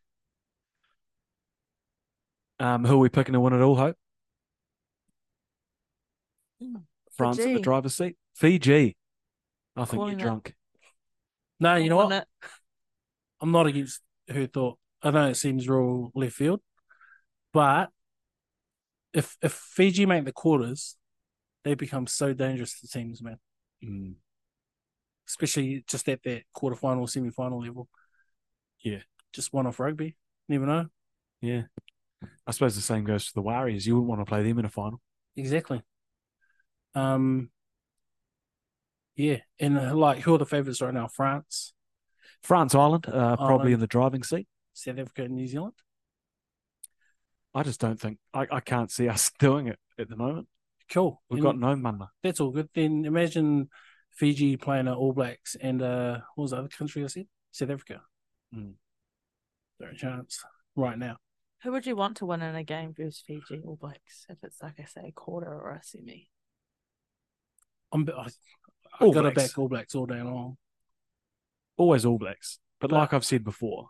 Um, who are we picking to win it all, Hope? Mm, France at the Fiji. driver's seat. Fiji. I think Calling you're it. drunk. No, you know On what? it. I'm not against her thought. I know it seems real left field, but if if Fiji make the quarters, they become so dangerous to teams, man. Mm. Especially just at that quarterfinal, semi final level. Yeah. Just one off rugby. Never know. I suppose the same goes for the Warriors. You wouldn't want to play them in a final. Exactly. Um. Yeah, and uh, like who are the favourites right now? France, France, Ireland, uh, probably in Ireland. the driving seat. South Africa, and New Zealand. I just don't think I, I can't see [laughs] us doing it at the moment. Cool. We've And got no mana. that's all good. Then imagine Fiji playing at All Blacks and uh, what was the other country I said? South Africa. Mm. No chance right now. Who would you want to win in a game versus Fiji All Blacks if it's like I say a quarter or a semi? I'm I, I All got to Blacks. back All Blacks all day long. Always All Blacks. But But- like I've said before,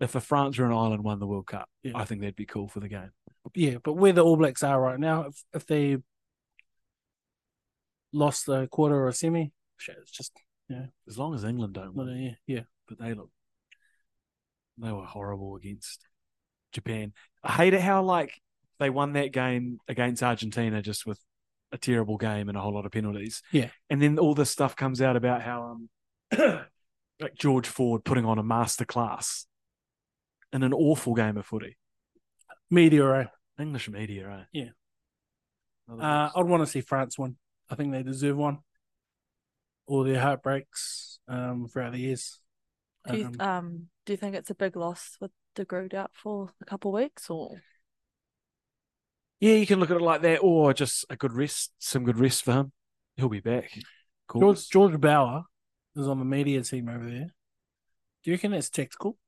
if a France or an Ireland won the World Cup, Yeah. I think that'd be cool for the game. Yeah, but where the All Blacks are right now, if, if they lost a quarter or a semi, shit, it's just As long as England don't not win, a, yeah, yeah. but they look they were horrible against Japan. I hate it how like they won that game against Argentina just with a terrible game and a whole lot of penalties. Yeah. And then all this stuff comes out about how um [coughs] like George Ford putting on a masterclass in an awful game of footy. Media, eh? English media, eh? right? Yeah. Uh, Otherwise- I'd want to see France win. I think they deserve one. All their heartbreaks um, throughout the years. Do you Um, um, do you think it's a big loss with the Groot out for a couple weeks or yeah, you can look at it like that, or just a good rest, some good rest for him. He'll be back. Cool. George George Bauer is on the media team over there. Do you reckon that's tactical?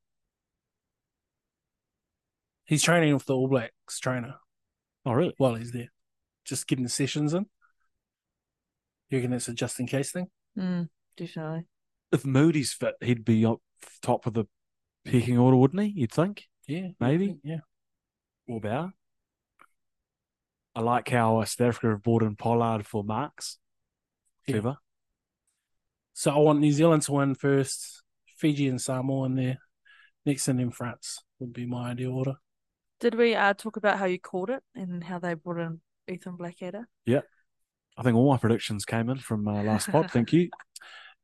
He's training with the All Blacks trainer oh, really? while he's there, just getting the sessions in. You reckon that's a just in case thing? mm, definitely? if Moody's fit, he'd be up top of the pecking order, wouldn't he? You'd think, Yeah, maybe, yeah. or Bauer. I like how uh, South Africa have brought in Pollard for marks. Yeah. Clever. So I want New Zealand to win first, Fiji and Samoa in there, next and then France would be my ideal order. Did we uh, talk about how you called it and how they brought in Ethan Blackadder? I think all my predictions came in from uh, last pod. Thank you.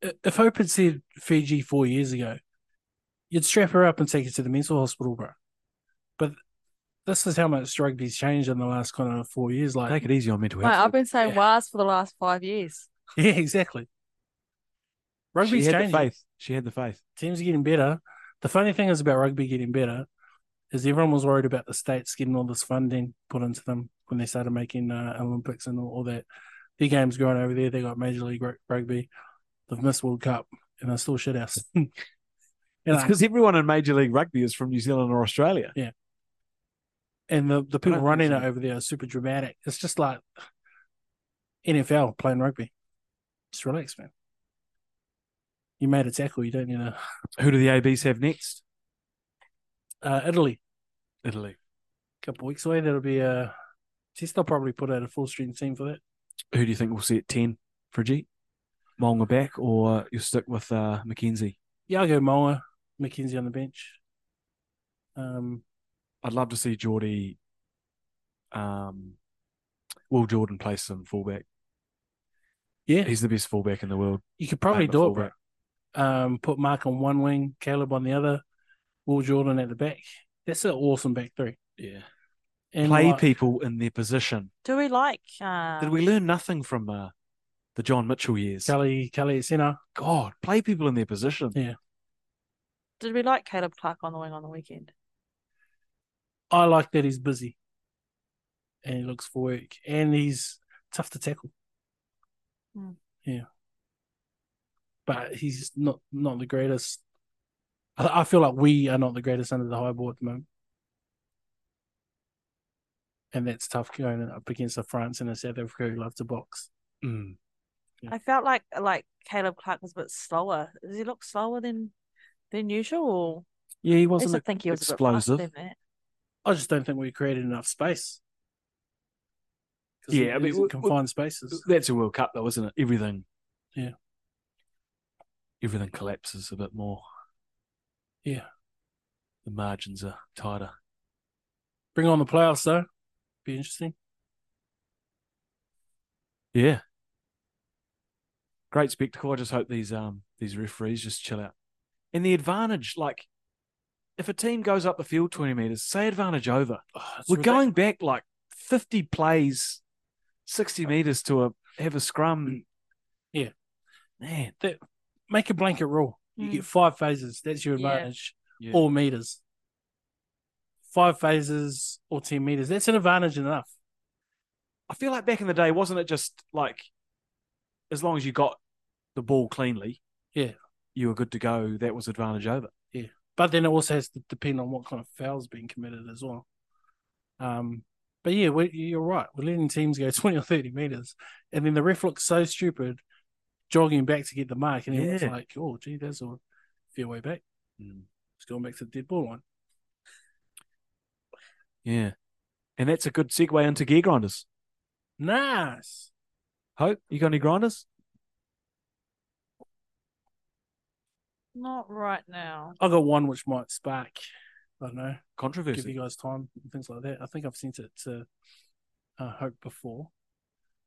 I- If Hope had said Fiji four years ago, you'd strap her up and take her to the mental hospital, bro. But this is how much rugby's changed in the last kind of four years. Like, Take it easy on mental Mate, I've health. been saying WAS for the last five years. [laughs] yeah, exactly. She Rugby's had changing. the faith. She had the faith. Teams are getting better. The funny thing is about rugby getting better is everyone was worried about the states getting all this funding put into them when they started making uh, Olympics and all, all that. Their games growing over there. They got Major League Rug- Rugby. They've missed World Cup [laughs] and they're still shit house. you know, It's because everyone in Major League Rugby is from New Zealand or Australia. and the, the people think running so. it over there are super dramatic. It's just like NFL playing rugby. Just relax, man. You made a tackle. You don't need to. Who do the ABs have next? Uh, Italy, Italy. a couple weeks away. That'll be a test. They'll probably put out a full strength team for that. Who do you think we'll see at 10 for G? Monga back, or you'll stick with uh, McKenzie? Yago Moa, McKenzie on the bench. Um, I'd love to see Geordie um Will Jordan play some fullback. yeah, He's the best fullback in the world. you could probably Playing at do it, bro. fullback. Um, put Mark on one wing, Caleb on the other, Will Jordan at the back. That's an awesome back three. Yeah. And play like- people in their position. Do we like uh, Did we learn nothing from uh, the John Mitchell years? Kelly, Kelly at centre. God, play people in their position. Yeah. did we like Caleb Clark on the wing on the weekend? I like that he's busy and he looks for work and he's tough to tackle. Mm. Yeah. But he's not not the greatest. I, I feel like we are not the greatest under the high board at the moment. And that's tough going up against a France and a South Africa who love to box. Mm. I felt like like Caleb Clark was a bit slower. Does he look slower than than usual? Or Yeah, he I used wasn't. to think he was explosive. A bit explosive. faster than that. I just don't think we created enough space. 'Cause Yeah, I it mean, is we- confined spaces. That's a World Cup, though, isn't it? Everything. Yeah. Everything collapses a bit more. Yeah. the margins are tighter. Bring on the playoffs though. Be interesting. Yeah. Great spectacle. I just hope these um these referees just chill out. And the advantage, like if a team goes up the field 20 meters, say advantage over. Oh, it's We're ridic- going back like 50 plays, 60 meters to a have a Mm. scrum. Yeah. Man. make a blanket rule. You Mm. get five phases. That's your Yeah. advantage. Yeah. Or meters. Five phases or ten meters. That's an advantage enough. I feel like back in the day, wasn't it just like as long as you got the ball cleanly, Yeah. you were good to go. That was advantage over. But then it also has to depend on what kind of foul's being committed as well. Um, but yeah, we you're right. We're letting teams go [laughs] twenty or thirty meters, and then the ref looks so stupid, jogging back to get the mark, and everyone's Yeah. Mm. like, "Oh, gee, that's a fair way back." It's going back to the dead ball line. Yeah. And that's a good segue into gear grinders. Nice. Hope, you got any grinders? Not right now. I got one which might spark. I don't know. give Controversy. you guys time and things like that. I think I've sent it to uh, Hope before,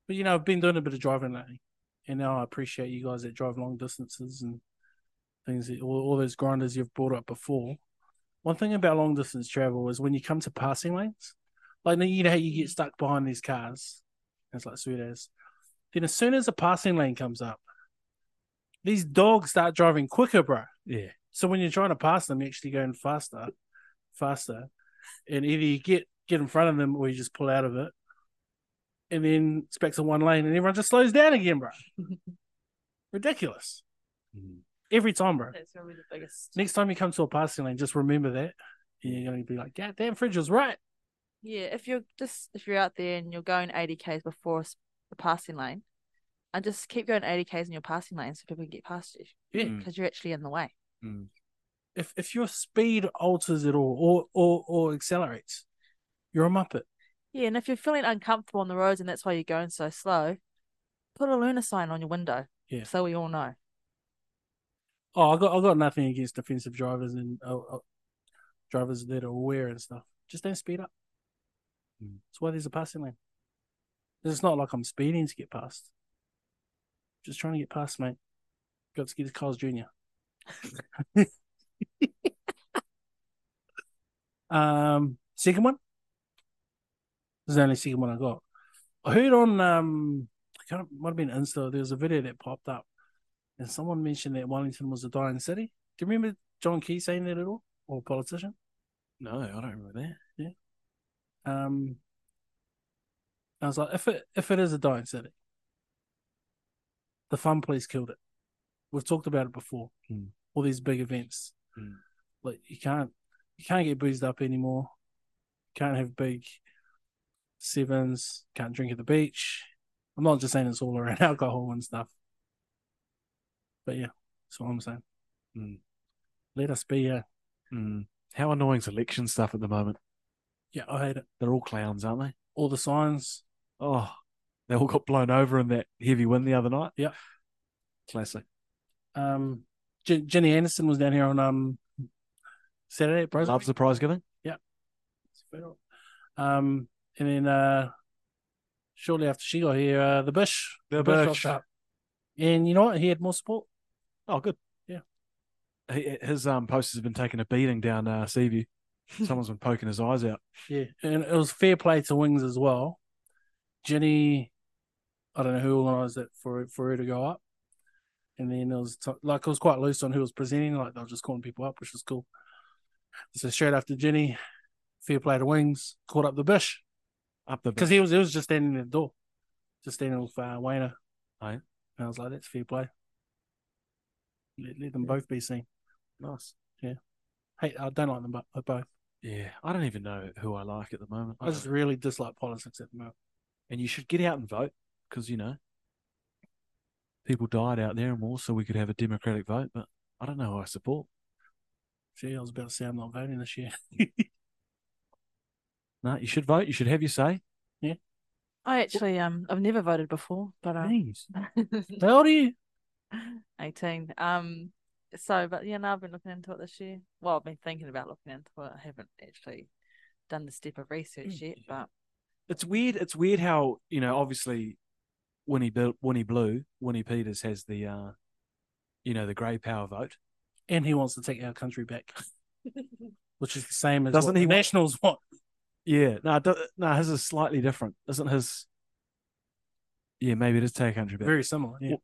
but you know I've been doing a bit of driving lately, and now I appreciate you guys that drive long distances and things. That, all, all those grinders you've brought up before. One thing about long distance travel is when you come to passing lanes, like you know how you get stuck behind these cars. It's like sweet as. Then as soon as a passing lane comes up, these dogs start driving quicker, bro. Yeah. So when you're trying to pass them, you're actually going faster, faster, and either you get get in front of them or you just pull out of it, and then it's back to one lane, and everyone just slows down again, bro. Ridiculous. Mhm. Every time, bro. That's probably the biggest. Next time you come to a passing lane, just remember that, and you're going to be like, "God damn, Fridge was right." Yeah, if you're just if you're out there and you're going 80 k's before s- the passing lane, and just keep going 80 k's in your passing lane so people can get past you. Yeah. because you're actually in the way. If if your speed alters at all or or or accelerates, you're a muppet. Yeah, and if you're feeling uncomfortable on the roads and that's why you're going so slow, put a lunar sign on your window. Yeah. so we all know. Oh, I got I got nothing against defensive drivers and uh, uh, drivers that are aware and stuff. Just don't speed up. That's why there's a passing lane. 'Cause It's not like I'm speeding to get past. Just trying to get past, mate. Got to get to Carl's Junior. [laughs] um, second one. This is the only second one I got. I heard on um, I can't might have been Insta. There was a video that popped up and someone mentioned that Wellington was a dying city. Do you remember John Key saying that at all, or a politician? No, I don't remember that. Um, I was like, if it if it is a dying city, the fun police killed it. We've talked about it before. Mm. All these big events, Mm. like you can't you can't get boozed up anymore. Can't have big sevens. Can't drink at the beach. I'm not just saying it's all around [laughs] alcohol and stuff, but yeah, that's what I'm saying. Mm. Let us be. Uh, Mm. How annoying's election stuff at the moment? yeah, I hate it. They're all clowns, aren't they? All the signs. Oh, they all got blown over in that heavy wind the other night. Yep. Classic. Um, J- Jenny Anderson was down here on um Saturday at Bros. Love the prize giving. Um, and then uh, shortly after she got here, uh, the Bush, The Bush. rocked up, and you know what? He had more support. Oh, good. Yeah. He, his um, posters have been taking a beating down uh, Seaview. Someone's been poking his eyes out. Yeah, and it was fair play to Wings as well. Jenny, I don't know who organised it for for her to go up, and then it was t- like it was quite loose on who was presenting. Like they were just calling people up, which was cool. So straight after Jenny, fair play to Wings, caught up the Bush Up the because he was he was just standing at the door, just standing with uh, Wayner. Aye. and I was like, that's fair play. Let, let them both be seen. Nice. Hey, I don't like them bo- uh, both. Yeah. I don't even know who I like at the moment. I I just don't- really dislike politics at the moment. and you should get out and vote because, you know, people died out there and more, so we could have a democratic vote. But I don't know who I support. Gee, I was about to say I'm not voting this year. [laughs] No, you should vote. You should have your say. I actually um I've never Uh, [laughs] voted before, but um, Jeez. How old are you? 18. Um, So, but yeah, no, I've been looking into it this year. Well, I've been thinking about looking into it. I haven't actually done the step of Mm. research yet, but it's weird. It's weird how you know, obviously, Winnie Bill, Winnie Blue, Winnie Peters has the, uh, you know, the grey power vote. and he wants to take our country [laughs] back, which is the same as Doesn't what the he want- Nationals want. Yeah, no, it do- no, his is slightly different, isn't his? Yeah, maybe it is take country back. Very similar. Yeah. Well,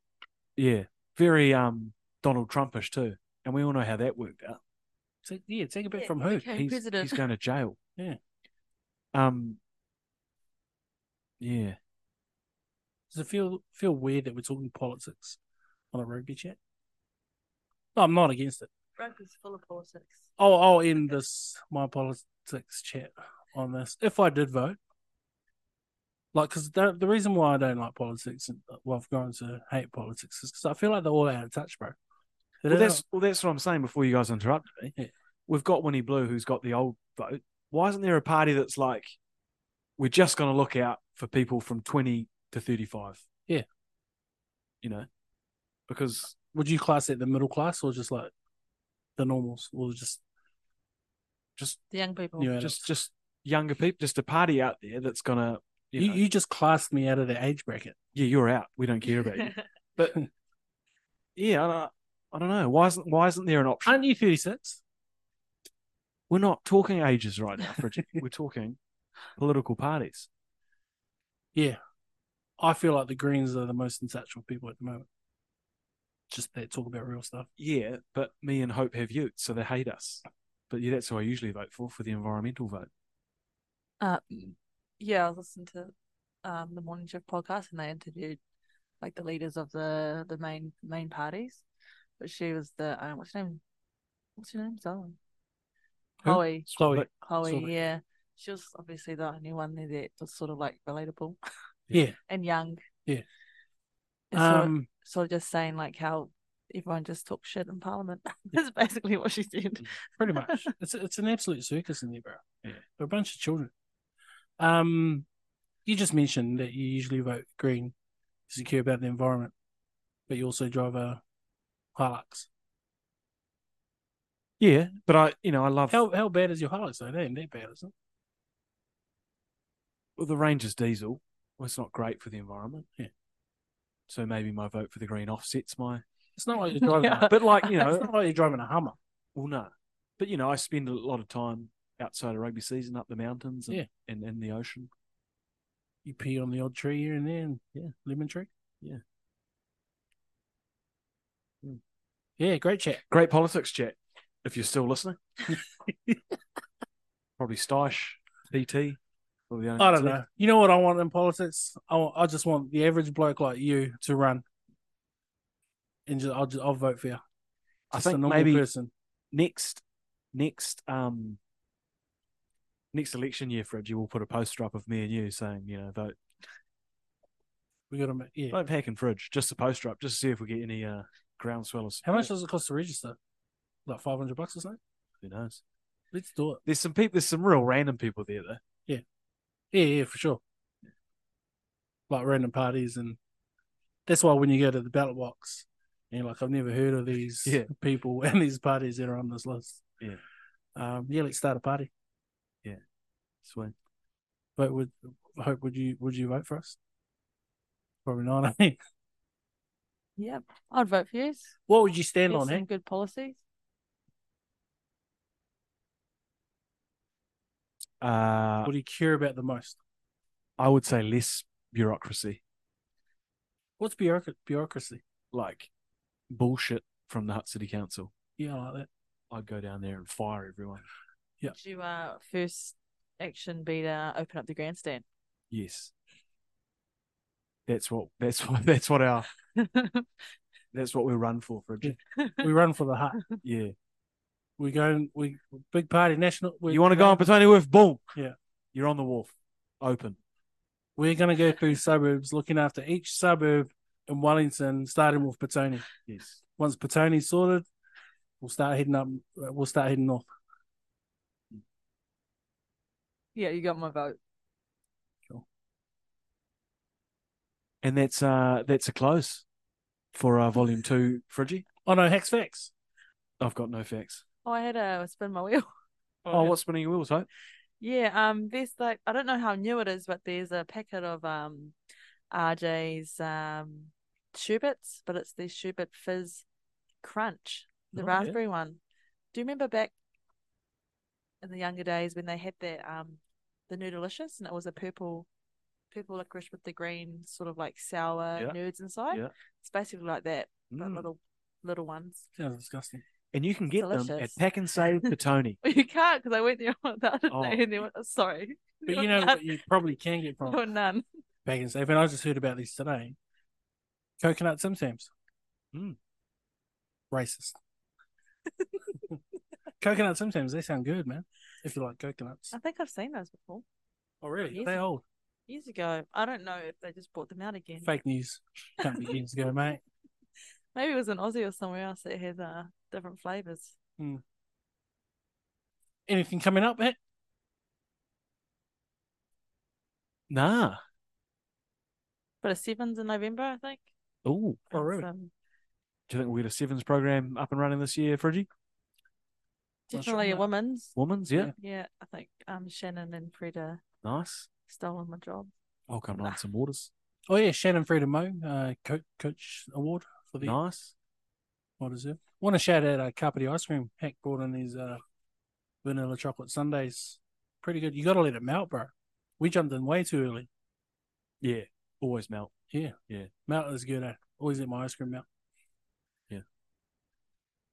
yeah, very um Donald Trumpish too, and we all know how that worked out. Ta- yeah, take it back Yeah, from who? okay. Hey, he's, President. he's going to jail. [laughs] Yeah. Um. Yeah. Does it feel feel weird that we're talking politics on a rugby chat? No, I'm not against it. rugby's full of politics. I'll, Oh, I'll end this my politics chat on this. If I did vote, like, because the, the reason why I don't like politics and uh, well, I've grown to hate politics is because I feel like they're all out of touch, bro. They Well, don't- that's well, that's what I'm saying. Before you guys interrupt me, Yeah. we've got Winnie Blue, who's got the old vote. Why isn't there a party that's like, we're just going to look out for people from 20 to 35? Yeah. You know, because would you class it the middle class or just like the normals or just just The young people. you know just just younger people, just a party out there that's gonna, you, you, know, you just classed me out of the age bracket. yeah, you're out. We don't care [laughs] about you. [laughs] But yeah, I don't, I don't know. Why isn't why isn't there an option? Aren't you 36? We're not talking ages right now, [laughs] Bridget. We're talking political parties. Yeah. I feel like the Greens are the most in touch with people at the moment. Just they talk about real stuff. Yeah, but me and Hope have youth, so they hate us. But yeah, that's who I usually vote for for the environmental vote. Uh, Mm. yeah, I was listening to um the morning shift podcast and they interviewed like the leaders of the the main main parties. But she was the um, what's her name? What's her name? Zoe. Who? Chloe. Chloe. But- Chloe, Zoe. yeah. She was obviously the only one there that was sort of like relatable [laughs] yeah. and young. Yeah. And sort of- Um sort of just saying like how everyone just talks shit in Parliament. [laughs] That's basically what she said. [laughs] pretty much. It's it's an absolute circus in there, bro. Yeah. They're a bunch of children. Um you just mentioned that you usually vote green because you care about the environment, but you also drive a Hilux. Yeah, but I, you know, I love How how bad is your Hilux though? That ain't that bad, is it? well, the Rangers diesel. Well, it's not great for the environment. Yeah. So maybe my vote for the green offsets my. It's not [laughs] like you're [laughs] driving a, But like you it's know, not like you're driving a Hummer. well no, but you know, I spend a lot of time outside of rugby season, up the mountains, and Yeah. and in the ocean. You pee on the odd tree here and there and Yeah. lemon tree. Yeah. Hmm. Yeah, great chat. Great politics chat. If you're still [laughs] listening, probably Stiche, PT. probably the only I ones don't left. know. You know what I want in politics? I, want, I just want the average bloke like you to run, and just, I'll just I'll vote for you. I Just a think normal maybe person. next next um next election year, Fred, you will put a poster up of me and you saying, you know, vote We got to yeah. vote Hack and Fridge, just a poster up, just to see if we get any uh groundswell or How much does it cost to register? Like five hundred bucks or something. Who knows? Let's do it. There's some people there's some real random people there though. Yeah, yeah, for sure. Like random parties, and that's why when you go to the ballot box, and like I've never heard of these [laughs] Yeah. people [laughs] and these parties that are on this list. Yeah. um, yeah. Let's start a party. Sweet. But would hope would you would you vote for us? Probably not. [laughs] Eh? Yeah, I'd vote for you. What would you stand Get on? some Eh? good policies. Uh What do you care about the most? Uh, I would say less bureaucracy, What's bureauc- bureaucracy? like bullshit from the Hut City Council. Yeah, I like that. I'd go down there and fire everyone. Would you uh first action be to open up the grandstand? [laughs] Yes. That's what that's [laughs] what that's what our that's what we run for, Fridge. [laughs] We run for the hut. yeah. We go. and- We big party national. We, you want to go on Petone Wharf? Boom. Yeah. You're on the wharf. Open. We're going to go through suburbs, looking after each suburb in Wellington, starting with Petone. Yes. Once Petone's sorted, we'll start heading up. uh, We'll start heading north. Yeah, you got my vote. And that's uh that's a close for uh volume two, Friggy. Oh no, Hex Facts. I've got no facts. Oh, I had a spin my wheel. [laughs] Oh, what's spinning your wheels, right? Yeah, um, there's like I don't know how new it is, but there's a packet of um, RJ's um, sherbets, but it's the sherbet fizz crunch, the Oh, yeah. raspberry one. Do you remember back in the younger days when they had that um, the new delicious, and it was a purple, purple licorice with the green sort of like sour Yeah. nerds inside. Yeah. It's basically like that, but Mm. little little ones. [laughs] Sounds disgusting. And you can get them at delicious. Pack and Save for Tony. Well, you can't because I went [laughs] there on the other Oh. day, and they were sorry, But You're you know none. what [laughs] you probably can get there were from none. Bag and Safe, and I just heard about these today. Coconut Sim Sams. Mm. Racist. [laughs] coconut Sim Sams, they sound good, man. If you like coconuts. I think I've seen those before. Oh, really? yes. They old. years ago. I don't know if they just brought them out again. Fake news. Can't be years ago, mate. Maybe it was in Aussie or somewhere else that had uh, different flavors. Anything coming up, Matt? Nah. But a sevens in November, I think. Oh, Oh, really? It's, um, do you think we'll get a sevens program up and running this year, Friggy? Not sure definitely on a that. woman's. Women's, yeah. Yeah. Yeah, I think um, Shannon and Freda Nice. stolen my job. I'll come on some waters. Oh, yeah. Shannon Freedom Mo, uh, co- Coach Award for the Nice. What is it? Want to shout out uh, Carpety Ice Cream. Heck brought in these uh, vanilla chocolate sundaes. Pretty good. You got to let it melt, bro. We jumped in way too early. Yeah. Always melt. Melt is good. Eh? Always let my ice cream melt.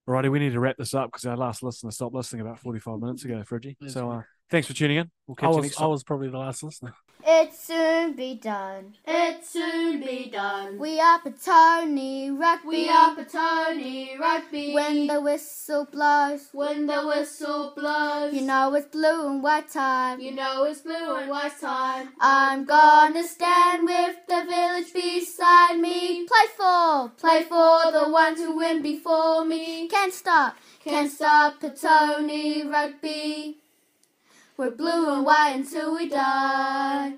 Alrighty, we need to wrap this up because our last listener stopped listening about 45 minutes ago, Friggy. Yes, So yeah. uh, thanks for tuning in. We'll I catch you was, next I time. was probably the last listener. It soon be done. It soon be done. We are Petoni Rugby. We are Petoni Rugby. When the whistle blows. When the whistle blows. You know it's blue and white time. You know it's blue and white time. I'm gonna stand with the village beside me. Play for, play for the ones who win before me. Can't stop, can't stop Petoni Rugby. We're blue and white until we die.